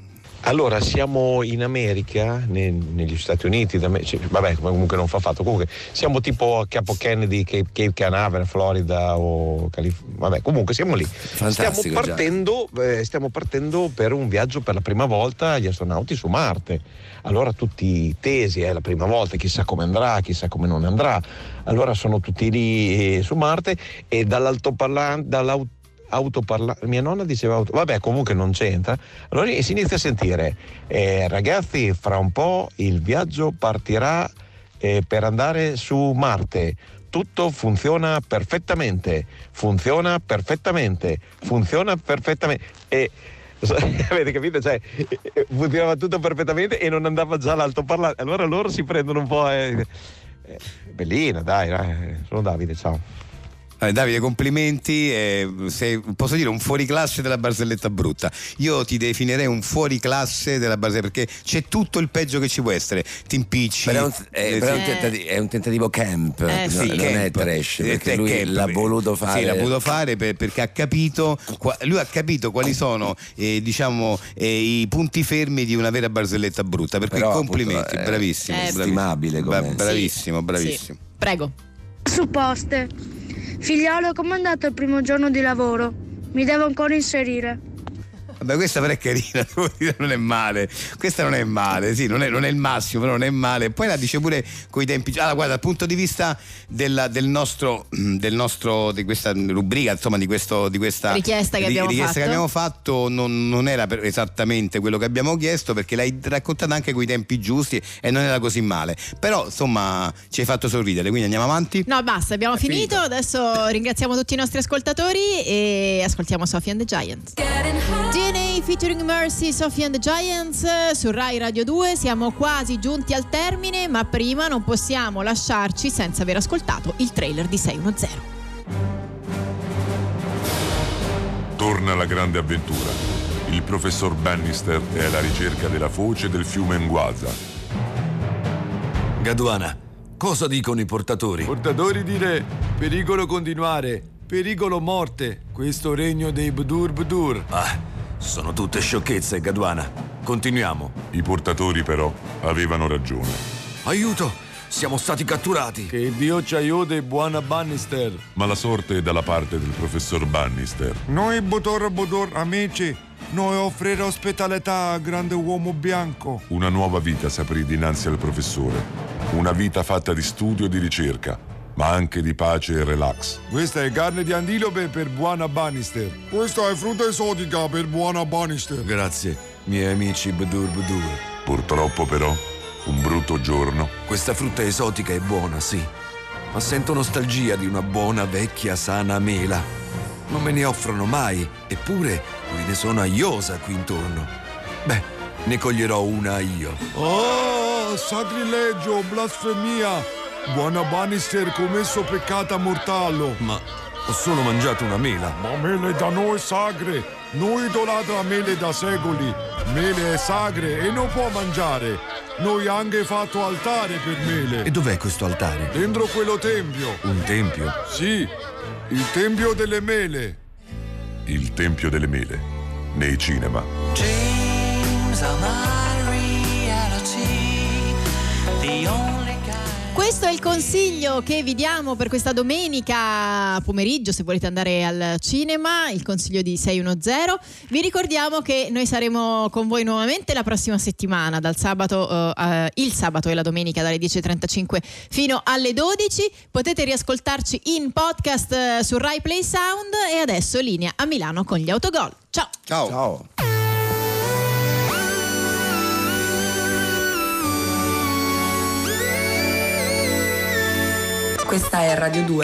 S18: Allora, siamo in America, ne- negli Stati Uniti, da me- cioè, vabbè, comunque non fa fatto. Comunque, siamo tipo a Capo Kennedy, Cape, Cape Canaveral, Florida o California. Vabbè, comunque siamo lì.
S4: Fantastico,
S18: stiamo, partendo, eh, stiamo partendo per un viaggio per la prima volta gli astronauti su Marte. Allora tutti tesi, "Eh, è la prima volta, chissà come andrà, chissà come non andrà. Allora sono tutti lì eh, su Marte e dall'altoparlante, dall'autoparlante, mia nonna diceva auto, vabbè comunque non c'entra, allora e si inizia a sentire, eh, ragazzi fra un po' il viaggio partirà eh, per andare su Marte, tutto funziona perfettamente, funziona perfettamente, funziona perfettamente. E, avete capito? Cioè, eh, funzionava tutto perfettamente e non andava già l'altoparlante, allora loro si prendono un po'... eh, eh, bellina, dai, dai, sono Davide, ciao.
S3: Eh, Davide, complimenti. eh, sei, posso dire un fuoriclasse della barzelletta brutta. Io ti definirei un fuoriclasse della barzelletta perché c'è tutto il peggio che ci può essere. Ti impicci. Eh,
S4: Però è un- eh, però è un tentati- tentativo camp, no, non è trash, perché lui l'ha voluto fare.
S3: Sì, l'ha voluto fare per- perché ha capito, qua- lui ha capito quali sono eh, diciamo, eh, i punti fermi di una vera barzelletta brutta. Per cui
S4: Però,
S3: complimenti,
S4: appunto, è
S3: bravissimo.
S2: Eh,
S3: bravissimo.
S4: stimabile come-
S3: Bra- bravissimo, bravissimo.
S2: Prego.
S19: Su poste. Figliolo, com'è andato il primo giorno di lavoro? Mi devo ancora inserire.
S3: Vabbè, questa però è carina, devo dire, non è male. Questa non è male, sì, non è, non è il massimo, però non è male. Poi la dice pure coi tempi. Allora, guarda, dal punto di vista della- del, nostro, mm, del nostro, di questa rubrica, insomma, di, questo, di questa
S2: Richiesta che abbiamo
S3: richiesta che
S2: fatto.
S3: abbiamo fatto, non, non era per- esattamente quello che abbiamo chiesto, perché l'hai raccontata anche coi tempi giusti e non era così male. Però, insomma, ci hai fatto sorridere, quindi andiamo avanti.
S2: No, basta, abbiamo finito. Adesso ringraziamo tutti i nostri ascoltatori e ascoltiamo Sophie and the Giants. DNA featuring Mercy, Sophie and the Giants eh, su Rai Radio 2. Siamo quasi giunti al termine, ma prima non possiamo lasciarci senza aver ascoltato il trailer di 610.
S14: Torna la grande avventura. Il professor Bannister è alla ricerca della foce del fiume Nguaza.
S11: Gaduana, cosa dicono i portatori? Portatori di re, pericolo continuare, pericolo morte, questo regno dei Bdur Bdur. Ah, sono tutte sciocchezze, Gaduana. Continuiamo.
S14: I portatori però avevano ragione.
S11: Aiuto, siamo stati catturati. Che Dio ci aiuti, buona Bannister.
S14: Ma la sorte è dalla parte del professor Bannister.
S20: Noi Bodor Bodor amici, noi offrire ospitalità al grande uomo bianco.
S14: Una nuova vita s'aprì dinanzi al professore. Una vita fatta di studio e di ricerca, ma anche di pace e relax.
S20: Questa è carne di antilope per buona Bannister. Questa è frutta esotica per buona Bannister.
S11: Grazie, miei amici Bdur Bdur.
S14: Purtroppo però, un brutto giorno,
S11: Questa frutta esotica è buona, sì. Ma sento nostalgia di una buona, vecchia, sana mela. Non me ne offrono mai, eppure me ne sono aiosa qui intorno. Beh, ne coglierò una io.
S20: Oh, sacrilegio, blasfemia. Buona Bannister commesso peccato mortalo.
S11: Ma ho solo mangiato una mela.
S20: Ma mele da noi sacre, noi idolatra mele da secoli. Mele è sacre e non può mangiare. Noi anche fatto altare per mele.
S11: E dov'è questo altare?
S20: Dentro quello tempio.
S11: Un tempio?
S20: Sì, il tempio delle mele.
S14: il Tempio delle Mele, nei cinema.
S2: Questo è il consiglio che vi diamo per questa domenica pomeriggio se volete andare al cinema, il consiglio di 610. Vi ricordiamo che noi saremo con voi nuovamente la prossima settimana, dal sabato, eh, eh, il sabato e la domenica dalle 10.35 fino alle 12. Potete riascoltarci in podcast eh, su Rai Play Sound e adesso linea a Milano con gli autogol. Ciao!
S3: Ciao. Ciao.
S1: Questa è Radio 2.